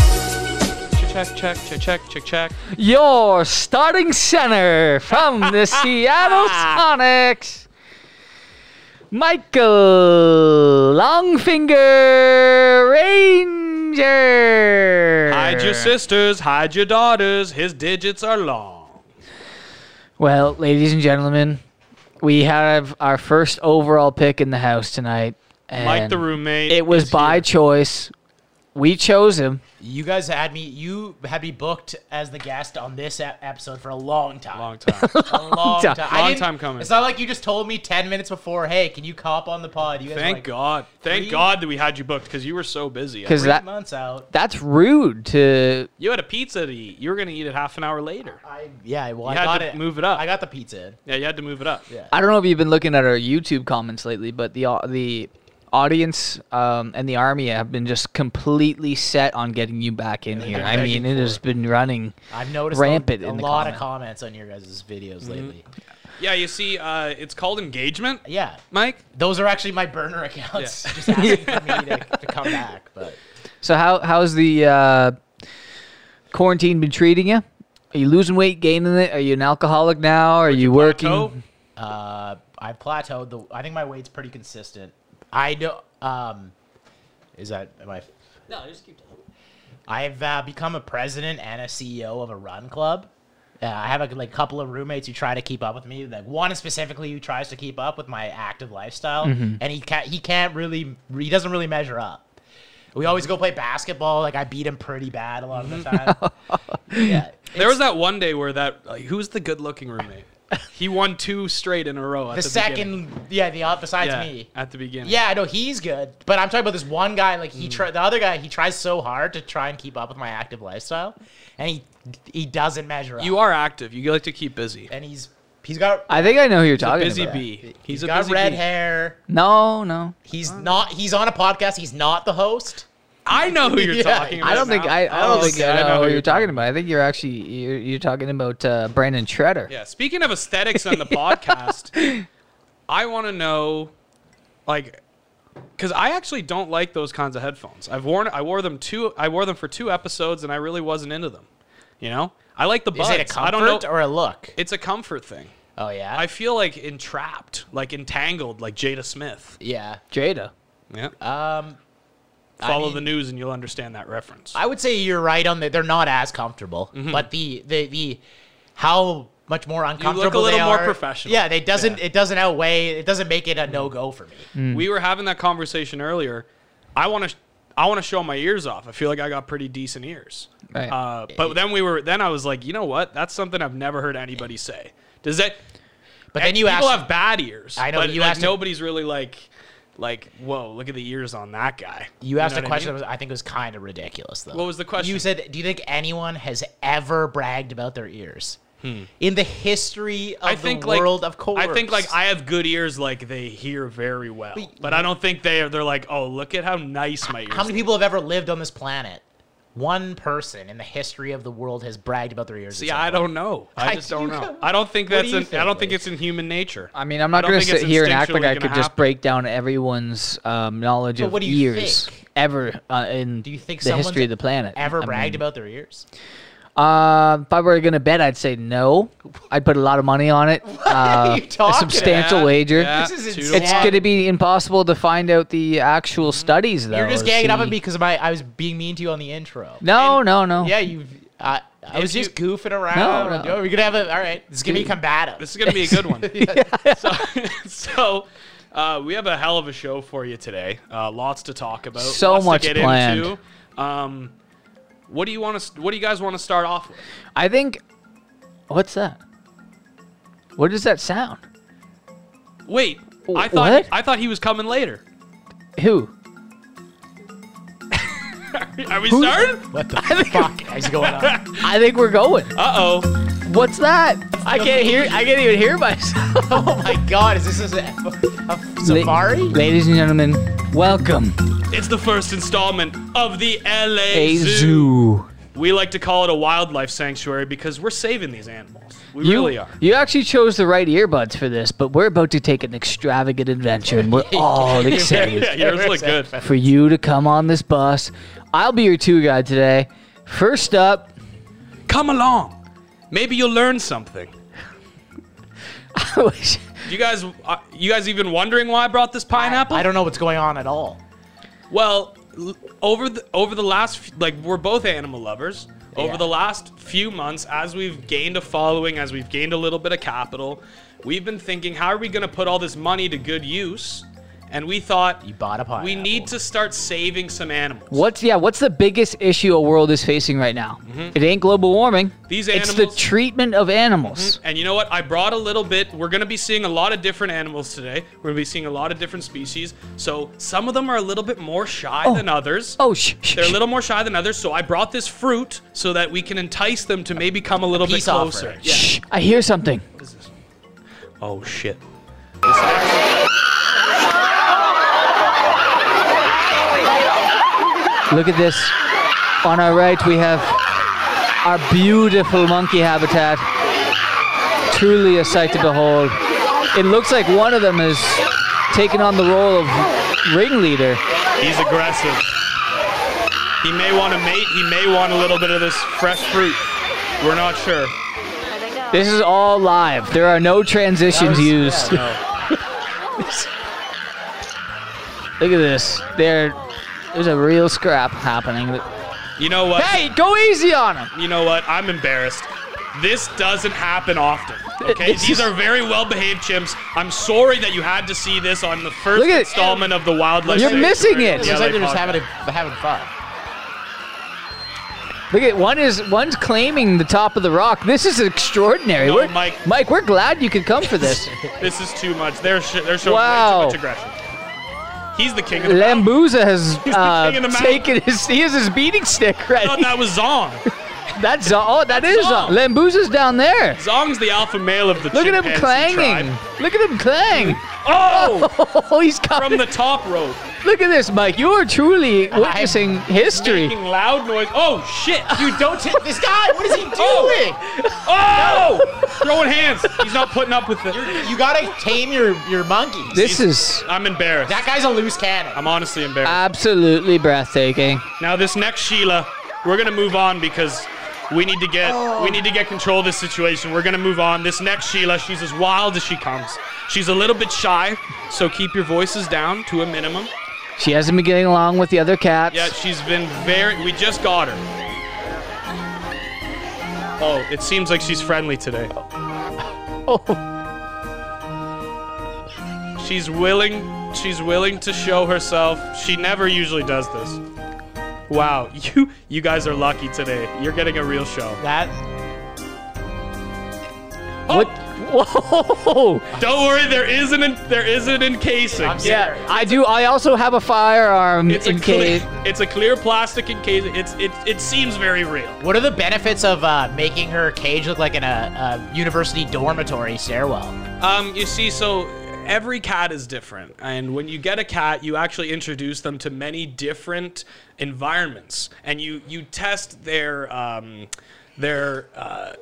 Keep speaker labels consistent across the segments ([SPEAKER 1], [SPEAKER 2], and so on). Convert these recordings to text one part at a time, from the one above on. [SPEAKER 1] Check, check, check, check, check, check.
[SPEAKER 2] Your starting center from the Seattle Sonics, Michael Longfinger Ranger.
[SPEAKER 1] Hide your sisters, hide your daughters. His digits are long.
[SPEAKER 2] Well, ladies and gentlemen, we have our first overall pick in the house tonight. And
[SPEAKER 1] Mike the roommate.
[SPEAKER 2] It was
[SPEAKER 1] is
[SPEAKER 2] by
[SPEAKER 1] here.
[SPEAKER 2] choice. We chose him.
[SPEAKER 3] You guys had me. You had me booked as the guest on this ep- episode for a long time.
[SPEAKER 1] Long time.
[SPEAKER 3] a long
[SPEAKER 2] time.
[SPEAKER 3] time. I
[SPEAKER 1] Long
[SPEAKER 3] didn't-
[SPEAKER 1] time coming.
[SPEAKER 3] It's not like you just told me ten minutes before. Hey, can you cop on the pod? You guys were
[SPEAKER 1] Thank
[SPEAKER 3] like
[SPEAKER 1] God. Thank
[SPEAKER 3] three-
[SPEAKER 1] God that we had you booked because you were so busy.
[SPEAKER 2] Because
[SPEAKER 3] Three
[SPEAKER 2] that
[SPEAKER 3] months out.
[SPEAKER 2] that's rude to
[SPEAKER 1] you had a pizza to eat. You were going to eat it half an hour later.
[SPEAKER 3] I yeah. Well,
[SPEAKER 1] You
[SPEAKER 3] I
[SPEAKER 1] had
[SPEAKER 3] got
[SPEAKER 1] to
[SPEAKER 3] it.
[SPEAKER 1] move it up.
[SPEAKER 3] I got the pizza. in.
[SPEAKER 1] Yeah, you had to move it up.
[SPEAKER 3] Yeah.
[SPEAKER 2] I don't know if you've been looking at our YouTube comments lately, but the au- the audience um, and the army have been just completely set on getting you back in here.
[SPEAKER 3] been
[SPEAKER 2] I mean,
[SPEAKER 3] begging
[SPEAKER 2] it
[SPEAKER 3] for
[SPEAKER 2] has been running.
[SPEAKER 3] I've noticed
[SPEAKER 2] Rampant
[SPEAKER 3] a, a
[SPEAKER 2] in the
[SPEAKER 3] lot
[SPEAKER 2] comment.
[SPEAKER 3] of comments on your guys'
[SPEAKER 1] Mm-hmm.
[SPEAKER 3] videos lately.
[SPEAKER 1] Yeah, you see, uh, it's called engagement,
[SPEAKER 3] Yeah,
[SPEAKER 1] Mike.
[SPEAKER 3] those are actually my burner accounts.
[SPEAKER 1] Yeah.
[SPEAKER 3] Just asking for me to, to come back, but
[SPEAKER 2] So how how's the uh, quarantine been treating you? Are you losing weight, gaining it? Are you an alcoholic now? Are you
[SPEAKER 1] Plateau.
[SPEAKER 2] working?
[SPEAKER 3] uh, I've plateaued. The I think my weight's pretty consistent. I do. Um, is that am I?
[SPEAKER 2] No, just keep talking.
[SPEAKER 3] I've uh, become a president and a CEO of a run club. Uh, I have a like couple of roommates who try to keep up with me. Like one specifically who tries to keep up with my active lifestyle,
[SPEAKER 1] Mm-hmm.
[SPEAKER 3] and he can't. He can't really. He doesn't really measure up. We always go play basketball. Like I beat him pretty bad a lot of the time. yeah,
[SPEAKER 1] There was that one day where that like, who was the good-looking roommate? he won two straight in a row. At
[SPEAKER 3] the,
[SPEAKER 1] the, beginning.
[SPEAKER 3] second. Yeah, the op- besides
[SPEAKER 1] yeah,
[SPEAKER 3] me.
[SPEAKER 1] at the beginning.
[SPEAKER 3] Yeah, I know he's good, but I'm talking about this one guy. Like
[SPEAKER 1] Hmm.
[SPEAKER 3] he, try the other guy, he tries so hard to try and keep up with my active lifestyle, and he he doesn't measure up.
[SPEAKER 1] you are active. You like to keep busy.
[SPEAKER 3] and he's he's got
[SPEAKER 2] I think I know who you're talking
[SPEAKER 1] busy
[SPEAKER 2] about.
[SPEAKER 1] bee. He's,
[SPEAKER 3] he's
[SPEAKER 1] a
[SPEAKER 3] got
[SPEAKER 1] busy
[SPEAKER 3] red
[SPEAKER 1] bee.
[SPEAKER 3] hair.
[SPEAKER 2] No, no.
[SPEAKER 3] He's not. He's on a podcast. He's not the host.
[SPEAKER 1] I know who you're
[SPEAKER 3] Yeah.
[SPEAKER 1] talking about.
[SPEAKER 2] I don't think
[SPEAKER 1] now.
[SPEAKER 2] I, I don't
[SPEAKER 1] Oh,
[SPEAKER 2] think
[SPEAKER 1] okay,
[SPEAKER 2] I know,
[SPEAKER 1] who
[SPEAKER 2] who you're talking about. I think you're actually you're, you're talking about uh, Brandon Shredder.
[SPEAKER 1] Yeah. Speaking of aesthetics on the podcast, I want to know, like, because I actually don't like those kinds of headphones. I've worn I wore them two. I wore them for two episodes, and I really wasn't into them. You know, I like the
[SPEAKER 3] Is
[SPEAKER 1] buds.
[SPEAKER 3] it a comfort
[SPEAKER 1] I don't know.
[SPEAKER 3] or a look?
[SPEAKER 1] it's a comfort thing.
[SPEAKER 3] Oh yeah,
[SPEAKER 1] I feel like entrapped, like entangled, like Jada Smith.
[SPEAKER 3] yeah.
[SPEAKER 2] Jada.
[SPEAKER 1] Yeah.
[SPEAKER 2] Uh,
[SPEAKER 3] Um,
[SPEAKER 1] Follow
[SPEAKER 3] mean-
[SPEAKER 1] the news, and you'll understand that reference.
[SPEAKER 3] I would say you're right on that. They're not as comfortable,
[SPEAKER 1] Mm-hmm.
[SPEAKER 3] but the the the how much more uncomfortable
[SPEAKER 1] little
[SPEAKER 3] they
[SPEAKER 1] more
[SPEAKER 3] are-
[SPEAKER 1] professional.
[SPEAKER 3] Yeah, they doesn't
[SPEAKER 1] Yeah.
[SPEAKER 3] it doesn't outweigh it doesn't make it a no go for me.
[SPEAKER 1] we were having that conversation earlier. I want to, I want to show my ears off. I feel like I got pretty decent ears.
[SPEAKER 2] Right.
[SPEAKER 1] Uh, but then we were, then I was like, you know what? That's something I've never heard anybody say. Does that?
[SPEAKER 3] But then you
[SPEAKER 1] people
[SPEAKER 3] ask
[SPEAKER 1] have bad ears.
[SPEAKER 3] I know,
[SPEAKER 1] But
[SPEAKER 3] you
[SPEAKER 1] like,
[SPEAKER 3] asked a-
[SPEAKER 1] nobody's really like, like, whoa, look at the ears on that guy.
[SPEAKER 3] you asked
[SPEAKER 1] know
[SPEAKER 3] a
[SPEAKER 1] what I
[SPEAKER 3] question. that
[SPEAKER 1] mean?
[SPEAKER 3] was- I, think it was kind of ridiculous though.
[SPEAKER 1] What was the question?
[SPEAKER 3] You said, "Do you think anyone has ever bragged about their ears in the history of
[SPEAKER 1] I think
[SPEAKER 3] the
[SPEAKER 1] like
[SPEAKER 3] world?" Of course,
[SPEAKER 1] I think like I have good ears, like they hear very well. But, I don't think they are. They're like, oh, look at how nice my ears.
[SPEAKER 3] How many people have ever lived on this planet? One person in the history of the world has bragged about their ears.
[SPEAKER 1] See, I don't know. I
[SPEAKER 3] I-
[SPEAKER 1] just don't
[SPEAKER 3] you
[SPEAKER 1] know.
[SPEAKER 3] don't-
[SPEAKER 1] I don't think that's.
[SPEAKER 3] do you
[SPEAKER 1] in, I
[SPEAKER 3] think,
[SPEAKER 1] don't think
[SPEAKER 3] Blake?
[SPEAKER 1] it's in human nature.
[SPEAKER 2] I mean, I'm
[SPEAKER 1] I
[SPEAKER 2] not
[SPEAKER 1] don't
[SPEAKER 2] going to
[SPEAKER 1] think it's
[SPEAKER 2] sit here and act like I
[SPEAKER 1] instinctually
[SPEAKER 2] could
[SPEAKER 1] gonna
[SPEAKER 2] just
[SPEAKER 1] happen.
[SPEAKER 2] break down everyone's um, knowledge of
[SPEAKER 3] what do you
[SPEAKER 2] years
[SPEAKER 3] think?
[SPEAKER 2] ever uh, in
[SPEAKER 3] Do you think
[SPEAKER 2] the
[SPEAKER 3] someone's
[SPEAKER 2] history of the planet.
[SPEAKER 3] ever
[SPEAKER 2] I mean,
[SPEAKER 3] bragged about their ears?
[SPEAKER 2] Uh, if I were going to bet, I'd say no. I'd put a lot of money on it.
[SPEAKER 3] are
[SPEAKER 2] Uh,
[SPEAKER 3] you talking
[SPEAKER 2] a substantial
[SPEAKER 1] Yeah,
[SPEAKER 2] wager.
[SPEAKER 1] yeah,
[SPEAKER 3] This is
[SPEAKER 1] two
[SPEAKER 3] insane.
[SPEAKER 1] to
[SPEAKER 2] It's
[SPEAKER 1] one.
[SPEAKER 2] going to be impossible to find out the actual studies, though.
[SPEAKER 3] Mm-hmm. You're just
[SPEAKER 2] to
[SPEAKER 3] ganging up on
[SPEAKER 2] see-
[SPEAKER 3] me because my I was being mean to you on the intro.
[SPEAKER 2] No,
[SPEAKER 3] And-
[SPEAKER 2] no, no.
[SPEAKER 3] Yeah, you. I I was just goofing around.
[SPEAKER 2] No, no.
[SPEAKER 3] We're gonna have a all right. This is gonna be combative.
[SPEAKER 1] This is gonna be a good one. So, so uh, we have a hell of a show for you today. Uh, lots to talk about.
[SPEAKER 2] So
[SPEAKER 1] lots
[SPEAKER 2] much
[SPEAKER 1] to get
[SPEAKER 2] planned.
[SPEAKER 1] Into. Um, what do you want to? What do you guys want to start off with?
[SPEAKER 2] I think. What's that? What is that sound?
[SPEAKER 1] Wait,
[SPEAKER 2] Wh-
[SPEAKER 1] I thought
[SPEAKER 2] what?
[SPEAKER 1] I thought he was coming later.
[SPEAKER 2] Who?
[SPEAKER 1] Are we starting?
[SPEAKER 3] what the fuck is going on?
[SPEAKER 2] I think we're going.
[SPEAKER 1] Uh oh.
[SPEAKER 2] What's that? I can't hear. I can't even hear myself.
[SPEAKER 3] Oh my god, is this a, a safari?
[SPEAKER 2] ladies and gentlemen, welcome
[SPEAKER 1] It's the first installment of the LA
[SPEAKER 2] a
[SPEAKER 1] Zoo.
[SPEAKER 2] zoo.
[SPEAKER 1] We like to call it a wildlife sanctuary because we're saving these animals. We
[SPEAKER 2] You,
[SPEAKER 1] really are.
[SPEAKER 2] you actually chose the right earbuds for this, but we're about to take an extravagant adventure, and we're all excited
[SPEAKER 1] Yeah, yours look good.
[SPEAKER 2] for you to come on this bus. I'll be your tour guide today. First up,
[SPEAKER 1] Come along. Maybe you'll learn something.
[SPEAKER 2] I wish-
[SPEAKER 1] You guys, uh, you guys even wondering why I brought this pineapple?
[SPEAKER 3] I don't know what's going on at all.
[SPEAKER 1] Well, l- over the over the last f- like we're both animal lovers. Over
[SPEAKER 3] Yeah.
[SPEAKER 1] the last few months, as we've gained a following, as we've gained a little bit of capital, we've been thinking, how are we going to put all this money to good use? And we thought
[SPEAKER 3] You bought a pineapple.
[SPEAKER 1] we need to start saving some animals.
[SPEAKER 2] what's yeah? What's the biggest issue our world is facing right now? It ain't global warming.
[SPEAKER 1] Mm-hmm. These
[SPEAKER 2] it's the
[SPEAKER 1] animals- Mm-hmm.
[SPEAKER 2] treatment of animals.
[SPEAKER 1] And you know what? I brought a little bit. We're going to be seeing a lot of different animals today. We're going to be seeing a lot of different species. So some of them are a little bit more shy than others.
[SPEAKER 2] Oh, shh, shh,
[SPEAKER 1] They're a
[SPEAKER 2] shh.
[SPEAKER 1] little more shy than others, so I brought this fruit so that we can entice them to maybe come a little bit
[SPEAKER 3] peace offer.
[SPEAKER 1] closer.
[SPEAKER 2] Shh, I hear something.
[SPEAKER 1] Oh shit.
[SPEAKER 2] Look at this. On our right, we have our beautiful monkey habitat. Truly a sight to behold. It looks like one of them is taking on the role of ringleader.
[SPEAKER 1] He's aggressive. He may want to mate, he may want a little bit of this fresh fruit. We're not sure.
[SPEAKER 2] This is all live. There are no transitions
[SPEAKER 3] yeah,
[SPEAKER 2] used. Look at this. There, there's a real scrap happening.
[SPEAKER 1] You know what?
[SPEAKER 2] Hey, go easy on him.
[SPEAKER 1] You know what? I'm embarrassed. This doesn't happen often. Okay?
[SPEAKER 2] This
[SPEAKER 1] These
[SPEAKER 2] is-
[SPEAKER 1] are very well behaved chimps. I'm sorry that you had to see this on the first
[SPEAKER 2] Look at-
[SPEAKER 1] installment of the wildlife.
[SPEAKER 2] You're missing
[SPEAKER 1] Sanctuary.
[SPEAKER 2] it.
[SPEAKER 3] It
[SPEAKER 1] Yeah,
[SPEAKER 3] looks like
[SPEAKER 1] they
[SPEAKER 3] they're just
[SPEAKER 1] podcast.
[SPEAKER 3] having, a, having fun.
[SPEAKER 2] Look at one is one's claiming the top of the rock. This is extraordinary.
[SPEAKER 1] No,
[SPEAKER 2] we're,
[SPEAKER 1] Mike.
[SPEAKER 2] Mike, we're glad you could come for this.
[SPEAKER 1] This is too much. They're sh- they're showing
[SPEAKER 2] Wow.
[SPEAKER 1] way too much aggression. He's the king of the mountain.
[SPEAKER 2] Lambuza has
[SPEAKER 1] the
[SPEAKER 2] uh,
[SPEAKER 1] king of the mountain.
[SPEAKER 2] taken his he has his beating stick
[SPEAKER 1] I thought
[SPEAKER 2] ready.
[SPEAKER 1] that was Zong.
[SPEAKER 2] That's oh that is
[SPEAKER 1] Zong.
[SPEAKER 2] Lambuza's down there.
[SPEAKER 1] Zong's the alpha male of the
[SPEAKER 2] Look at him
[SPEAKER 1] chimpanzee
[SPEAKER 2] clanging.
[SPEAKER 1] tribe. Look-
[SPEAKER 2] Look at him clang.
[SPEAKER 1] Oh!
[SPEAKER 2] Oh, he's
[SPEAKER 1] From
[SPEAKER 2] coming.
[SPEAKER 1] the top rope,
[SPEAKER 2] Look at this, Mike. You are truly witnessing history.
[SPEAKER 1] making loud noise. Oh shit!
[SPEAKER 3] Dude, don't hit this guy. What is he doing?
[SPEAKER 1] Oh! Throwing hands. He's not putting up with it.
[SPEAKER 3] You gotta tame your, your monkeys.
[SPEAKER 2] This is
[SPEAKER 1] I'm embarrassed.
[SPEAKER 3] that guy's a loose cannon.
[SPEAKER 1] I'm honestly embarrassed.
[SPEAKER 2] absolutely breathtaking.
[SPEAKER 1] Now this next Sheila, we're gonna move on because we need to get we need to get control of this situation. We're gonna move on. This next Sheila, she's as wild as she comes. She's a little bit shy, so keep your voices down to a minimum.
[SPEAKER 2] She hasn't been getting along with the other cats.
[SPEAKER 1] Yeah, she's been very. We just got her. Oh, it seems like she's friendly today.
[SPEAKER 2] Oh,
[SPEAKER 1] She's willing. She's willing to show herself. She never usually does this. Wow, you you guys are lucky today. You're getting a real show.
[SPEAKER 3] That
[SPEAKER 1] Oh.
[SPEAKER 2] what? Whoa!
[SPEAKER 1] Don't worry, there isn't an, there isn't encasing.
[SPEAKER 3] I'm sorry.
[SPEAKER 2] Yeah, I do. I also have a firearm
[SPEAKER 1] It's a
[SPEAKER 2] in case.
[SPEAKER 1] clear, it's a clear plastic encasing. It's it it seems very real.
[SPEAKER 3] what are the benefits of uh, making her cage look like in a, a university dormitory stairwell?
[SPEAKER 1] Um, you see, so every cat is different, and when you get a cat, you actually introduce them to many different environments, and you you test their um, their uh,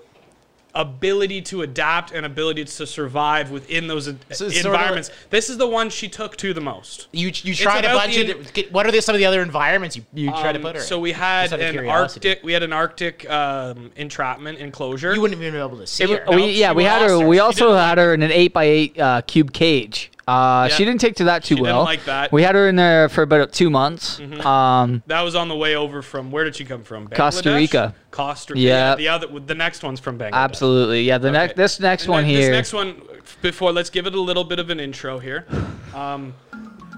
[SPEAKER 1] ability to adapt and ability to survive within those en-
[SPEAKER 3] So it's sorta
[SPEAKER 1] environments. this is the one she took to the most.
[SPEAKER 3] You you tried a
[SPEAKER 1] about
[SPEAKER 3] bunch
[SPEAKER 1] the-
[SPEAKER 3] of get- what are the, some of the other environments you you tried to
[SPEAKER 1] Um,
[SPEAKER 3] put her?
[SPEAKER 1] so
[SPEAKER 3] in?
[SPEAKER 1] we had
[SPEAKER 3] Just out of
[SPEAKER 1] an
[SPEAKER 3] curiosity.
[SPEAKER 1] arctic, we had an arctic um, entrapment enclosure.
[SPEAKER 3] You wouldn't even be able to see
[SPEAKER 1] It
[SPEAKER 3] her.
[SPEAKER 1] would-
[SPEAKER 2] we
[SPEAKER 1] No,
[SPEAKER 2] yeah
[SPEAKER 1] she
[SPEAKER 2] we
[SPEAKER 1] was
[SPEAKER 2] had her.
[SPEAKER 1] awesome.
[SPEAKER 2] We
[SPEAKER 1] She
[SPEAKER 2] also
[SPEAKER 1] didn't
[SPEAKER 2] had her in an eight by eight uh, cube cage. Uh, She
[SPEAKER 1] Yeah.
[SPEAKER 2] didn't take to that
[SPEAKER 1] She
[SPEAKER 2] too
[SPEAKER 1] didn't
[SPEAKER 2] well.
[SPEAKER 1] like that. Mm-hmm.
[SPEAKER 2] We had her in there for about two months. Um,
[SPEAKER 1] That was on the way over from where did she come from?
[SPEAKER 2] Costa
[SPEAKER 1] Bangladesh?
[SPEAKER 2] Rica.
[SPEAKER 1] Costa Rica.
[SPEAKER 2] Yeah.
[SPEAKER 1] Yeah. The other, the next one's from Bangladesh.
[SPEAKER 2] absolutely. Yeah. The next
[SPEAKER 1] Okay.
[SPEAKER 2] this next
[SPEAKER 1] And
[SPEAKER 2] one
[SPEAKER 1] then
[SPEAKER 2] here.
[SPEAKER 1] This next one, before let's give it a little bit of an intro here. Um,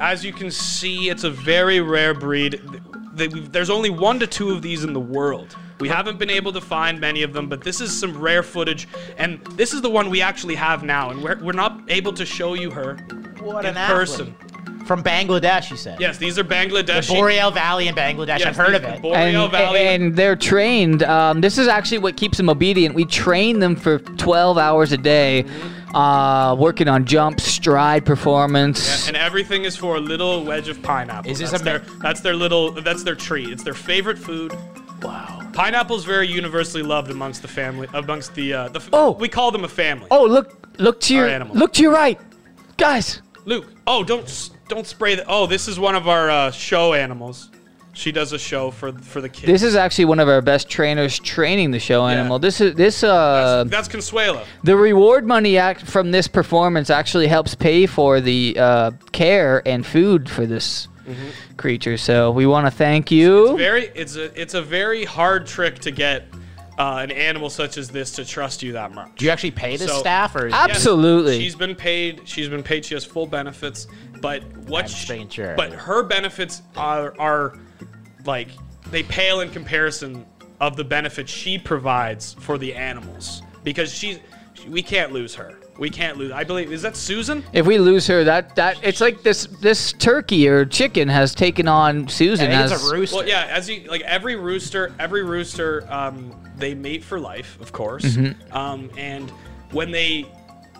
[SPEAKER 1] as you can see, it's a very rare breed. Th- th- we've- There's only one to two of these in the world. We haven't been able to find many of them, but this is some rare footage, and this is the one we actually have now, and we're, we're not able to show you her
[SPEAKER 3] what
[SPEAKER 1] in
[SPEAKER 3] an
[SPEAKER 1] person.
[SPEAKER 3] athlete. from Bangladesh. You said
[SPEAKER 1] Yes, these are Bangladeshi.
[SPEAKER 3] Boreal Valley in Bangladesh.
[SPEAKER 1] Yes,
[SPEAKER 3] I've heard
[SPEAKER 1] these
[SPEAKER 3] of
[SPEAKER 1] are
[SPEAKER 3] it.
[SPEAKER 1] Boreal
[SPEAKER 2] and,
[SPEAKER 1] Valley.
[SPEAKER 2] and they're trained. Um, this is actually what keeps them obedient. We train them for 12 hours a day,
[SPEAKER 1] Mm-hmm.
[SPEAKER 2] uh, working on jump, stride performance.
[SPEAKER 1] and everything is for a little wedge of pineapple.
[SPEAKER 3] Is this
[SPEAKER 1] that's
[SPEAKER 3] a
[SPEAKER 1] their
[SPEAKER 3] ma-
[SPEAKER 1] that's their little that's their treat. It's their favorite food.
[SPEAKER 3] wow.
[SPEAKER 1] Pineapple's very universally loved amongst the family, amongst the uh, the. F-
[SPEAKER 2] Oh.
[SPEAKER 1] we call them a family.
[SPEAKER 2] Oh, look, look to
[SPEAKER 1] Our
[SPEAKER 2] your,
[SPEAKER 1] animal.
[SPEAKER 2] look to your right, guys.
[SPEAKER 1] Luke. Oh, don't s- don't spray the. Oh, this is one of our uh, show animals. She does a show for for the kids.
[SPEAKER 2] This is actually one of our best trainers training the show animal. This is this uh
[SPEAKER 1] that's, that's Consuelo.
[SPEAKER 2] the reward money act from this performance actually helps pay for the uh, care and food for this creature. So we want to thank you.
[SPEAKER 1] Very. It's a it's a very hard trick to get uh, an animal such as this to trust you that much.
[SPEAKER 3] Do you actually pay this
[SPEAKER 1] So-
[SPEAKER 3] staff or?
[SPEAKER 2] Ab- Absolutely.
[SPEAKER 1] She's been paid. She's been paid. She has full benefits. But what?
[SPEAKER 3] I'm just making sure.
[SPEAKER 1] But her benefits are are like they pale in comparison of the benefits she provides for the animals because she's we can't lose her. We can't lose. I believe is that Susan?
[SPEAKER 2] If we lose her, that that it's like this this turkey or chicken has taken on
[SPEAKER 3] I
[SPEAKER 2] Susan
[SPEAKER 3] think
[SPEAKER 2] as
[SPEAKER 3] it's a rooster.
[SPEAKER 1] Well, yeah. As you like, every rooster, every rooster, um, they mate for life, of course. Um, and when they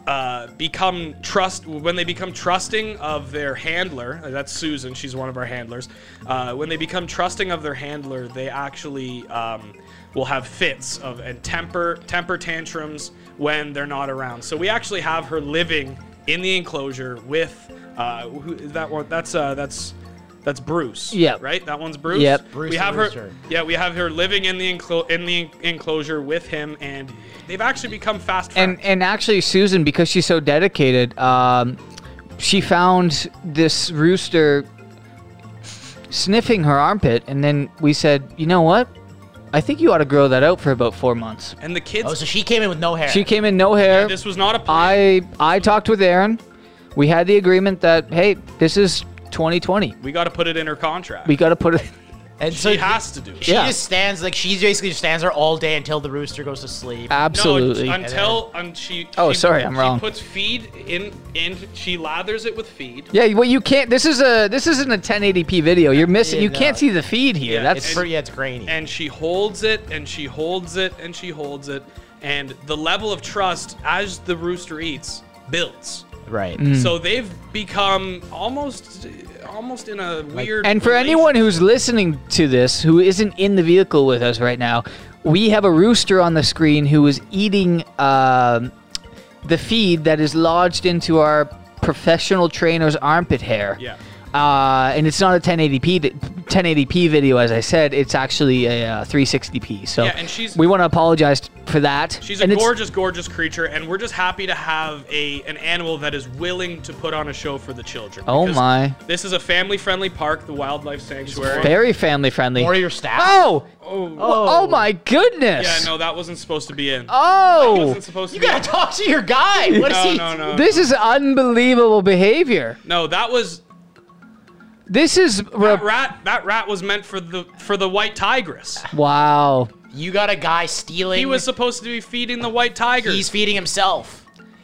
[SPEAKER 1] uh, become trust, when they become trusting of their handler, uh, that's Susan. She's one of our handlers. Uh, when they become trusting of their handler, they actually um, will have fits of and temper temper tantrums when they're not around. So we actually have her living in the enclosure with uh, who is that one? That's uh, that's. That's Bruce.
[SPEAKER 2] Yep.
[SPEAKER 1] Right? That one's Bruce.
[SPEAKER 2] Yep.
[SPEAKER 3] Bruce
[SPEAKER 1] we
[SPEAKER 3] the
[SPEAKER 1] have her.
[SPEAKER 3] Rooster.
[SPEAKER 1] Yeah, we have her living in the enclo- in the enclosure with him, and they've actually become fast friends.
[SPEAKER 2] and and actually Susan, because she's so dedicated, um, she found this rooster sniffing her armpit, and then we said, you know what? I think you ought to grow that out for about four months.
[SPEAKER 1] And, the kids.
[SPEAKER 3] Oh, so she came in with no hair.
[SPEAKER 2] She came in no hair.
[SPEAKER 1] this was not a plan.
[SPEAKER 2] I I talked with Aaron. We had the agreement that hey, this is 2020.
[SPEAKER 1] we got to put it in her contract.
[SPEAKER 2] We got to put it.
[SPEAKER 3] and so
[SPEAKER 1] she has to do. it.
[SPEAKER 3] She
[SPEAKER 2] Yeah.
[SPEAKER 3] just stands like she basically just stands there all day until the rooster goes to sleep.
[SPEAKER 2] Absolutely.
[SPEAKER 1] No, until un- she.
[SPEAKER 2] Oh,
[SPEAKER 1] she-
[SPEAKER 2] sorry, I'm
[SPEAKER 1] she
[SPEAKER 2] wrong.
[SPEAKER 1] puts feed in, in. She lathers it with feed.
[SPEAKER 2] yeah, well, you can't. This is a this isn't a 1080p video. You're missing.
[SPEAKER 3] Yeah,
[SPEAKER 2] you
[SPEAKER 3] no.
[SPEAKER 2] can't see the feed here.
[SPEAKER 1] Yeah,
[SPEAKER 2] That's
[SPEAKER 3] it's pretty, yeah, it's grainy.
[SPEAKER 1] and she holds it and she holds it and she holds it and the level of trust as the rooster eats builds
[SPEAKER 3] right.
[SPEAKER 2] Hmm. Mm.
[SPEAKER 1] so they've become almost almost in a weird
[SPEAKER 2] And for
[SPEAKER 1] relation-
[SPEAKER 2] anyone who's listening to this who isn't in the vehicle with us right now, we have a rooster on the screen who is eating um the feed that is lodged into our professional trainer's armpit hair.
[SPEAKER 1] Yeah.
[SPEAKER 2] Uh, and it's not a 1080p di- 1080p video, as I said. It's actually a uh, 360p. So
[SPEAKER 1] Yeah, and she's-
[SPEAKER 2] we want to apologize for that.
[SPEAKER 1] she's a
[SPEAKER 2] and it's-
[SPEAKER 1] gorgeous gorgeous creature and we're just happy to have a an animal that is willing to put on a show for the children
[SPEAKER 2] Oh
[SPEAKER 1] because
[SPEAKER 2] my.
[SPEAKER 1] this is a family friendly park the wildlife sanctuary
[SPEAKER 2] Very family friendly.
[SPEAKER 3] Or your staff.
[SPEAKER 2] Oh!
[SPEAKER 1] oh,
[SPEAKER 2] Oh my goodness!
[SPEAKER 1] yeah no that wasn't supposed to be in
[SPEAKER 2] Oh!
[SPEAKER 1] That wasn't supposed to
[SPEAKER 3] You
[SPEAKER 1] be in.
[SPEAKER 3] gotta talk to your guy. What is
[SPEAKER 1] no,
[SPEAKER 3] he?
[SPEAKER 1] no no
[SPEAKER 2] This is unbelievable behavior.
[SPEAKER 1] no that was
[SPEAKER 2] This is re-
[SPEAKER 1] That rat, that rat was meant for the for the white tigress.
[SPEAKER 2] wow.
[SPEAKER 3] You got a guy stealing.
[SPEAKER 1] Uh, He was supposed to be feeding the white tigers.
[SPEAKER 3] He's feeding himself.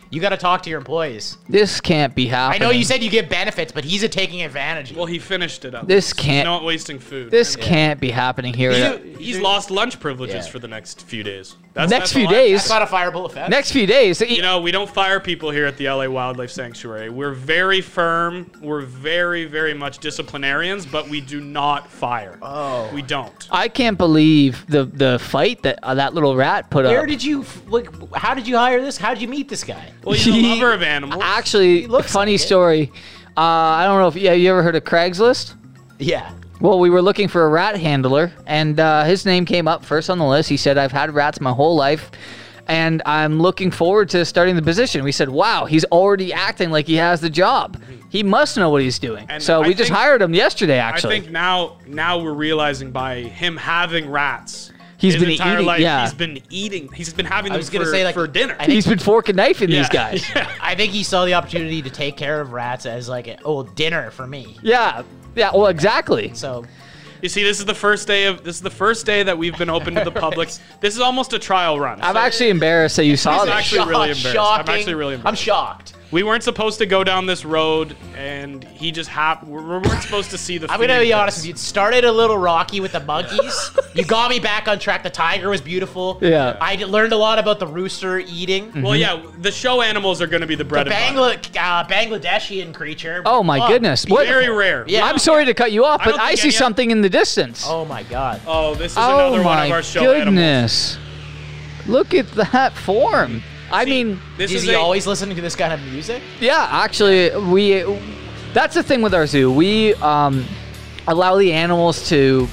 [SPEAKER 3] You gotta talk to your employees.
[SPEAKER 2] This can't be
[SPEAKER 3] I
[SPEAKER 2] happening.
[SPEAKER 3] know you said you get benefits, but he's a taking advantage.
[SPEAKER 1] well, he finished it up.
[SPEAKER 2] This can't-
[SPEAKER 1] He's not wasting food.
[SPEAKER 2] this can't be happening here.
[SPEAKER 1] And he- he's lost lunch privileges
[SPEAKER 3] Yeah.
[SPEAKER 1] for the next few days. That's,
[SPEAKER 2] Next
[SPEAKER 1] that's
[SPEAKER 2] few
[SPEAKER 1] all I-
[SPEAKER 3] That's
[SPEAKER 2] days.
[SPEAKER 3] not a fireball effect.
[SPEAKER 2] Next few days.
[SPEAKER 1] You know, we don't fire people here at the LA Wildlife Sanctuary. We're very firm. We're very, very much disciplinarians, but we do not fire. Oh. We don't.
[SPEAKER 2] I can't believe the the fight that uh, that little rat put
[SPEAKER 3] Where
[SPEAKER 2] up.
[SPEAKER 3] did you f- like? How did you hire this? How did you meet this guy?
[SPEAKER 1] Well, he's a
[SPEAKER 2] He-
[SPEAKER 1] lover of animals.
[SPEAKER 2] Actually,
[SPEAKER 3] looks
[SPEAKER 2] funny
[SPEAKER 3] like it.
[SPEAKER 2] story. Uh, I don't know if yeah, you ever heard of Craigslist?
[SPEAKER 3] Yeah.
[SPEAKER 2] Well, we were looking for a rat handler, and uh, his name came up first on the list. He said, I've had rats my whole life, and I'm looking forward to starting the position. We said, Wow, he's already acting like he has the job. He must know what he's doing.
[SPEAKER 1] And
[SPEAKER 2] so
[SPEAKER 1] I
[SPEAKER 2] we just
[SPEAKER 1] think-
[SPEAKER 2] hired him yesterday,
[SPEAKER 1] I
[SPEAKER 2] actually.
[SPEAKER 1] think now now we're realizing by him having rats
[SPEAKER 2] He's
[SPEAKER 1] his
[SPEAKER 2] been
[SPEAKER 1] entire
[SPEAKER 2] eating-
[SPEAKER 1] life,
[SPEAKER 2] yeah.
[SPEAKER 1] he's been eating he's been having
[SPEAKER 3] I
[SPEAKER 1] them
[SPEAKER 3] was gonna
[SPEAKER 1] for,
[SPEAKER 3] say, like,
[SPEAKER 1] for dinner.
[SPEAKER 3] I think-
[SPEAKER 2] he's been fork and knifing
[SPEAKER 1] Yeah.
[SPEAKER 2] these guys.
[SPEAKER 1] Yeah.
[SPEAKER 3] I think he saw the opportunity to take care of rats as like, a, oh, dinner for me.
[SPEAKER 2] yeah. Yeah, well, exactly.
[SPEAKER 3] So
[SPEAKER 1] You see, this is the first day of this is the first day that we've been open to the public. This is almost a trial run.
[SPEAKER 2] I'm
[SPEAKER 1] So-
[SPEAKER 2] actually embarrassed that you saw
[SPEAKER 1] He's
[SPEAKER 2] this.
[SPEAKER 1] actually really
[SPEAKER 3] Shock-
[SPEAKER 1] embarrassed. I'm
[SPEAKER 3] shocking.
[SPEAKER 1] actually really
[SPEAKER 3] I'm
[SPEAKER 1] embarrassed.
[SPEAKER 3] shocked.
[SPEAKER 1] We weren't supposed to go down this road, and he just hap. We weren't supposed to see the.
[SPEAKER 3] I'm gonna
[SPEAKER 1] feed
[SPEAKER 3] be honest
[SPEAKER 1] this.
[SPEAKER 3] with you. It started a little rocky with the monkeys. you got me back on track. The tiger was beautiful.
[SPEAKER 2] Yeah.
[SPEAKER 3] I d- learned a lot about the rooster eating.
[SPEAKER 1] Well,
[SPEAKER 2] Mm-hmm.
[SPEAKER 1] yeah, the show animals are going to be the
[SPEAKER 3] The
[SPEAKER 1] bread and butter.
[SPEAKER 3] Bangla- uh, Bangladeshian creature.
[SPEAKER 2] Oh my
[SPEAKER 3] Fuck.
[SPEAKER 2] goodness! What?
[SPEAKER 1] Very rare.
[SPEAKER 3] Yeah.
[SPEAKER 2] I'm sorry to cut you off,
[SPEAKER 1] I
[SPEAKER 2] but
[SPEAKER 1] don't
[SPEAKER 2] I,
[SPEAKER 1] think
[SPEAKER 2] see
[SPEAKER 1] any-
[SPEAKER 2] something in the distance.
[SPEAKER 3] Oh my god.
[SPEAKER 1] Oh, this is
[SPEAKER 2] Oh
[SPEAKER 1] another one
[SPEAKER 2] my
[SPEAKER 1] of our show animals.
[SPEAKER 2] goodness! Look at that form. I mean,
[SPEAKER 1] This
[SPEAKER 3] Is
[SPEAKER 1] is
[SPEAKER 3] he
[SPEAKER 1] a-
[SPEAKER 3] always listening to this kind of music?
[SPEAKER 2] yeah. Actually, we. That's the thing with our zoo. We um, allow the animals to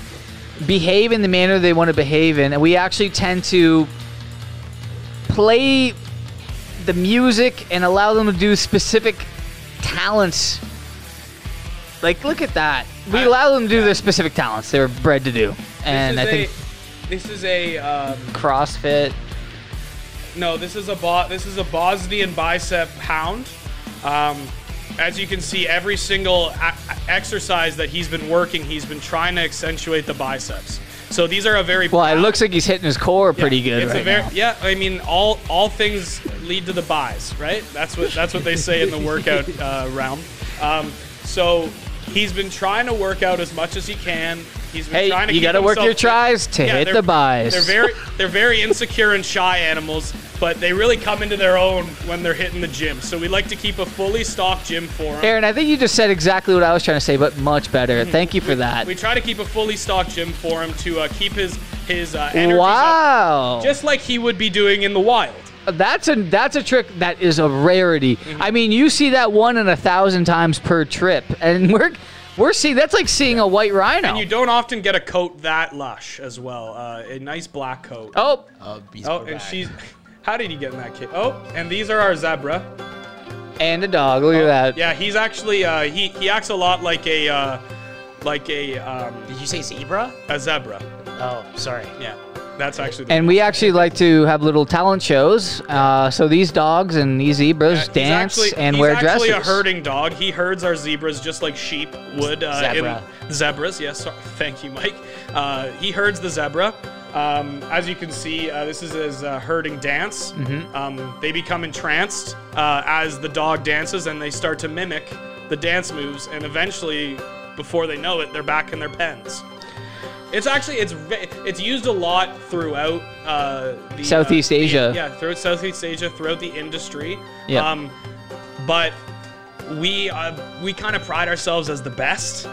[SPEAKER 2] behave in the manner they want to behave in, and we actually tend to play the music and allow them to do specific talents. Like, look at that. We
[SPEAKER 1] I-
[SPEAKER 2] allow them to do their specific talents they were bred to do, and I
[SPEAKER 1] this is
[SPEAKER 2] think
[SPEAKER 1] a, this is a um,
[SPEAKER 2] CrossFit.
[SPEAKER 1] no. This is a Bo- this is a Bosnian bicep hound. Um, as you can see, every single a- exercise that he's been working, he's been trying to accentuate the biceps. So these are a very
[SPEAKER 2] Well, it looks like he's hitting his core pretty good
[SPEAKER 1] It's
[SPEAKER 2] right
[SPEAKER 1] a very
[SPEAKER 2] now.
[SPEAKER 1] yeah. I mean, all all things lead to the buys, right? That's what that's what they say in the workout uh, realm. Um, so he's been trying to work out as much as he can. He's been
[SPEAKER 2] Hey,
[SPEAKER 1] trying to.
[SPEAKER 2] you
[SPEAKER 1] got
[SPEAKER 2] gotta
[SPEAKER 1] to
[SPEAKER 2] work your tries to hit the buys.
[SPEAKER 1] They're very they're very insecure and shy animals, but they really come into their own when they're hitting the gym. So we like to keep a fully stocked gym for them.
[SPEAKER 2] Aaron, I think you just said exactly what I was trying to say, but much better. Thank you for that.
[SPEAKER 1] Mm-hmm. we try to keep a fully stocked gym for him to uh, keep his his uh, energies up,
[SPEAKER 2] Wow,
[SPEAKER 1] just like he would be doing in the wild.
[SPEAKER 2] that's a that's a trick that is a rarity.
[SPEAKER 1] Mm-hmm.
[SPEAKER 2] I mean, you see that one in a thousand times per trip, and we're we're seeing that's like seeing a white rhino.
[SPEAKER 1] And you don't often get a coat that lush as well. Uh, a nice black coat.
[SPEAKER 2] oh,
[SPEAKER 3] Oh, he's
[SPEAKER 1] Oh, and she's. How did he get in that kit? Oh, and these are our zebra.
[SPEAKER 2] and a dog. Look at that.
[SPEAKER 1] Oh, Yeah, he's actually uh, he he acts a lot like a uh, like a um,
[SPEAKER 3] Did you say zebra?
[SPEAKER 1] a zebra.
[SPEAKER 3] Oh, sorry.
[SPEAKER 1] Yeah, that's actually.
[SPEAKER 2] And we actually like to have little talent shows. Uh, so these dogs and these zebras
[SPEAKER 1] He's
[SPEAKER 2] dance
[SPEAKER 1] actually-
[SPEAKER 2] and
[SPEAKER 1] he's
[SPEAKER 2] wear
[SPEAKER 1] actually
[SPEAKER 2] dresses.
[SPEAKER 1] a herding dog. He herds our zebras just like sheep would. Uh, in-
[SPEAKER 3] Zebra.
[SPEAKER 1] zebras, yes. sorry. Thank you, Mike. Uh, he herds the zebra. Um, as you can see, uh, this is his uh, herding dance.
[SPEAKER 2] Mm-hmm.
[SPEAKER 1] Um, they become entranced uh, as the dog dances, and they start to mimic the dance moves. And eventually, before they know it, they're back in their pens. It's actually it's ve- it's used a lot throughout uh, the uh,
[SPEAKER 2] Southeast Asia.
[SPEAKER 1] yeah, throughout Southeast Asia, throughout the industry.
[SPEAKER 2] Yeah.
[SPEAKER 1] Um, but we uh, we kind of pride ourselves as the best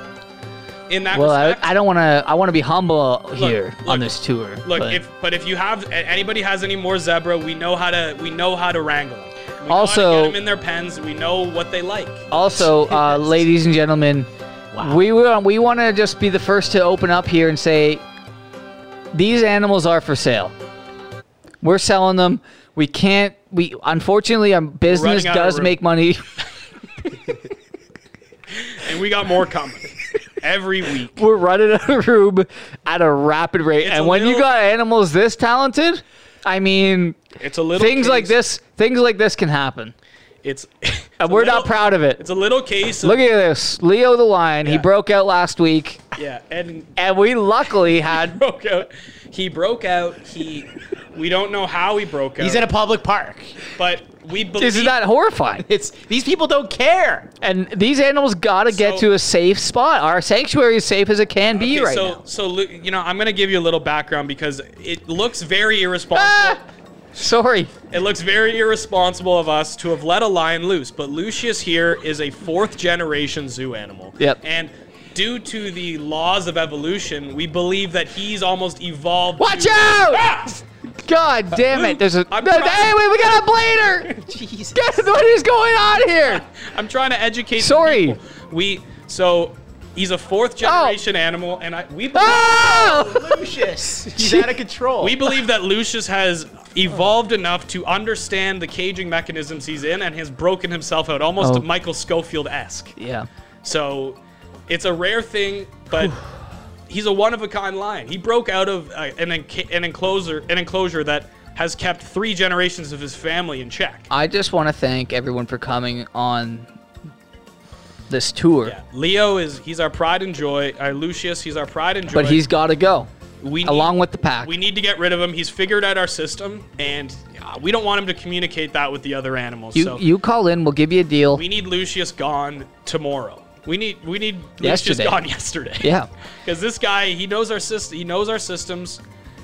[SPEAKER 1] in that
[SPEAKER 2] well, I,
[SPEAKER 1] respect.
[SPEAKER 2] I don't want to. I want to be humble here
[SPEAKER 1] look,
[SPEAKER 2] on this tour.
[SPEAKER 1] Look,
[SPEAKER 2] but-
[SPEAKER 1] if but if you have a- anybody has any more zebra, we know how to we know how to wrangle them. We know how to
[SPEAKER 2] Also-
[SPEAKER 1] get them in their pens. We know what they like.
[SPEAKER 2] Also, uh, ladies and gentlemen,
[SPEAKER 3] Wow.
[SPEAKER 2] we want we want to just be the first to open up here and say these animals are for sale. We're selling them. We can't. We unfortunately, our business
[SPEAKER 1] running out of
[SPEAKER 2] does
[SPEAKER 1] room.
[SPEAKER 2] make money.
[SPEAKER 1] And we got more coming every week.
[SPEAKER 2] We're running out of room at a rapid rate.
[SPEAKER 1] It's
[SPEAKER 2] and
[SPEAKER 1] a
[SPEAKER 2] when you
[SPEAKER 1] little-
[SPEAKER 2] got animals this talented, I mean,
[SPEAKER 1] It's a little
[SPEAKER 2] things like
[SPEAKER 1] case-
[SPEAKER 2] this, things like this can happen,
[SPEAKER 1] It's,
[SPEAKER 2] and
[SPEAKER 1] it's a
[SPEAKER 2] we're
[SPEAKER 1] little-
[SPEAKER 2] not proud of it.
[SPEAKER 1] It's a little case. Of,
[SPEAKER 2] Look at this, Leo the lion. He
[SPEAKER 1] Yeah.
[SPEAKER 2] broke out last week,
[SPEAKER 1] yeah, and
[SPEAKER 2] and we luckily had
[SPEAKER 1] broke out. He broke out. He. We don't know how he broke out.
[SPEAKER 3] He's in a public park.
[SPEAKER 1] but we believe.
[SPEAKER 2] Isn't that horrifying?
[SPEAKER 3] It's these people don't care.
[SPEAKER 2] And these animals gotta get
[SPEAKER 1] So-
[SPEAKER 2] to a safe spot. Our sanctuary is safe as it can be
[SPEAKER 1] Okay,
[SPEAKER 2] right
[SPEAKER 1] so,
[SPEAKER 2] now.
[SPEAKER 1] So, Lu- you know, I'm going to give you a little background because it looks very irresponsible.
[SPEAKER 2] Ah! Sorry.
[SPEAKER 1] It looks very irresponsible of us to have let a lion loose. But Lucius here is a fourth generation zoo animal.
[SPEAKER 2] Yep.
[SPEAKER 1] And due to the laws of evolution, we believe that he's almost evolved.
[SPEAKER 2] Watch
[SPEAKER 1] to-
[SPEAKER 2] out!
[SPEAKER 1] Ah!
[SPEAKER 2] God damn it. There's a.
[SPEAKER 1] I'm
[SPEAKER 2] There's-
[SPEAKER 1] trying-
[SPEAKER 2] hey, wait, we got a blader!
[SPEAKER 3] Jesus.
[SPEAKER 2] Guess what is going on here?
[SPEAKER 1] I'm trying to educate. the
[SPEAKER 2] Sorry.
[SPEAKER 1] people. We so he's a fourth generation animal, and I we believe,
[SPEAKER 2] Oh!
[SPEAKER 3] Lucius. He's out of control.
[SPEAKER 1] we believe that Lucius has evolved enough to understand the caging mechanisms he's in, and has broken himself out almost
[SPEAKER 2] Oh.
[SPEAKER 1] Michael Schofield esque.
[SPEAKER 2] Yeah.
[SPEAKER 1] So it's a rare thing, but. He's a one of a kind lion. He broke out of uh, an, enca- an enclosure an enclosure that has kept three generations of his family in check.
[SPEAKER 2] I just want to thank everyone for coming on this tour.
[SPEAKER 1] Yeah. Leo is he's our pride and joy. Our uh, Lucius, he's our pride and joy.
[SPEAKER 2] But he's gotta go.
[SPEAKER 1] We
[SPEAKER 2] along with the pack.
[SPEAKER 1] We need to get rid of him. He's figured out our system, and uh, we don't want him to communicate that with the other animals.
[SPEAKER 2] you
[SPEAKER 1] so
[SPEAKER 2] you call in, we'll give you a deal.
[SPEAKER 1] we need Lucius gone tomorrow. We need we need
[SPEAKER 2] Yesterday.
[SPEAKER 1] Lucius gone yesterday.
[SPEAKER 2] yeah.
[SPEAKER 1] because this guy he knows our system. He knows our systems.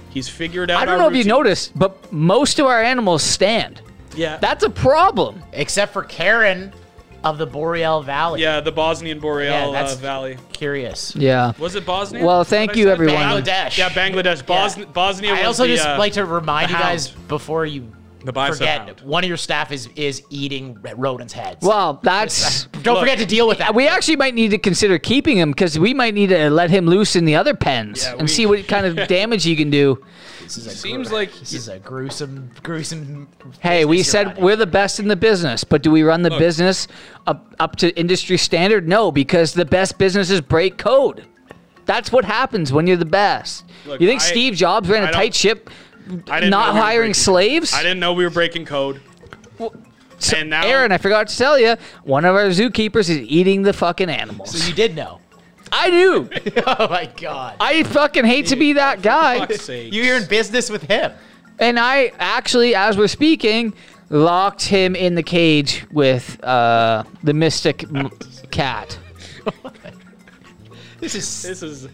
[SPEAKER 1] He's figured out.
[SPEAKER 2] I don't
[SPEAKER 1] our
[SPEAKER 2] know if you
[SPEAKER 1] routine.
[SPEAKER 2] noticed, but most of our animals stand.
[SPEAKER 1] Yeah,
[SPEAKER 2] That's a problem.
[SPEAKER 3] Except for Karen of the Boreal Valley.
[SPEAKER 1] yeah, the Bosnian Boreal
[SPEAKER 3] that's-
[SPEAKER 1] uh, Valley.
[SPEAKER 3] Curious.
[SPEAKER 2] Yeah.
[SPEAKER 1] Was it Bosnia?
[SPEAKER 2] Well,
[SPEAKER 1] What
[SPEAKER 2] thank
[SPEAKER 1] I
[SPEAKER 2] you,
[SPEAKER 1] said?
[SPEAKER 2] everyone.
[SPEAKER 3] Bangladesh.
[SPEAKER 1] Yeah, Bangladesh. Bos-
[SPEAKER 3] Yeah.
[SPEAKER 1] Bosnia.
[SPEAKER 3] I
[SPEAKER 1] was
[SPEAKER 3] also
[SPEAKER 1] the,
[SPEAKER 3] just
[SPEAKER 1] uh,
[SPEAKER 3] like to remind
[SPEAKER 1] the
[SPEAKER 3] you guys
[SPEAKER 1] hound.
[SPEAKER 3] before you
[SPEAKER 1] The bison
[SPEAKER 3] forget
[SPEAKER 1] hound.
[SPEAKER 3] one of your staff is is eating rodents' heads.
[SPEAKER 2] Well, that's.
[SPEAKER 3] don't forget to deal with that.
[SPEAKER 2] We actually might need to consider keeping him because we might need to let him loose in the other pens
[SPEAKER 1] Yeah,
[SPEAKER 2] and
[SPEAKER 1] we-
[SPEAKER 2] see what kind of damage he can do.
[SPEAKER 3] this is a
[SPEAKER 1] Seems
[SPEAKER 3] gru-
[SPEAKER 1] like-
[SPEAKER 3] this is a gruesome, gruesome.
[SPEAKER 2] Hey, we
[SPEAKER 3] business you're
[SPEAKER 2] said
[SPEAKER 3] running.
[SPEAKER 2] we're the best in the business, but do we run the business up, up to industry standard? No, because the best businesses break code. That's what happens when you're the best.
[SPEAKER 1] Look,
[SPEAKER 2] you think
[SPEAKER 1] I-
[SPEAKER 2] Steve Jobs ran
[SPEAKER 1] I
[SPEAKER 2] a
[SPEAKER 1] don't-
[SPEAKER 2] tight ship,
[SPEAKER 1] I didn't know
[SPEAKER 2] not
[SPEAKER 1] we were
[SPEAKER 2] hiring
[SPEAKER 1] breaking-
[SPEAKER 2] slaves?
[SPEAKER 1] I didn't know we were breaking code. and now
[SPEAKER 2] Aaron, I forgot to tell you, one of our zookeepers is eating the fucking animals.
[SPEAKER 3] So you did know.
[SPEAKER 2] I do.
[SPEAKER 3] Oh my god.
[SPEAKER 2] I fucking hate to be that guy.
[SPEAKER 1] fuck's sakes.
[SPEAKER 3] You're in business with him.
[SPEAKER 2] And I actually, as we're speaking, locked him in the cage with uh, the mystic m- cat.
[SPEAKER 3] This is
[SPEAKER 1] This is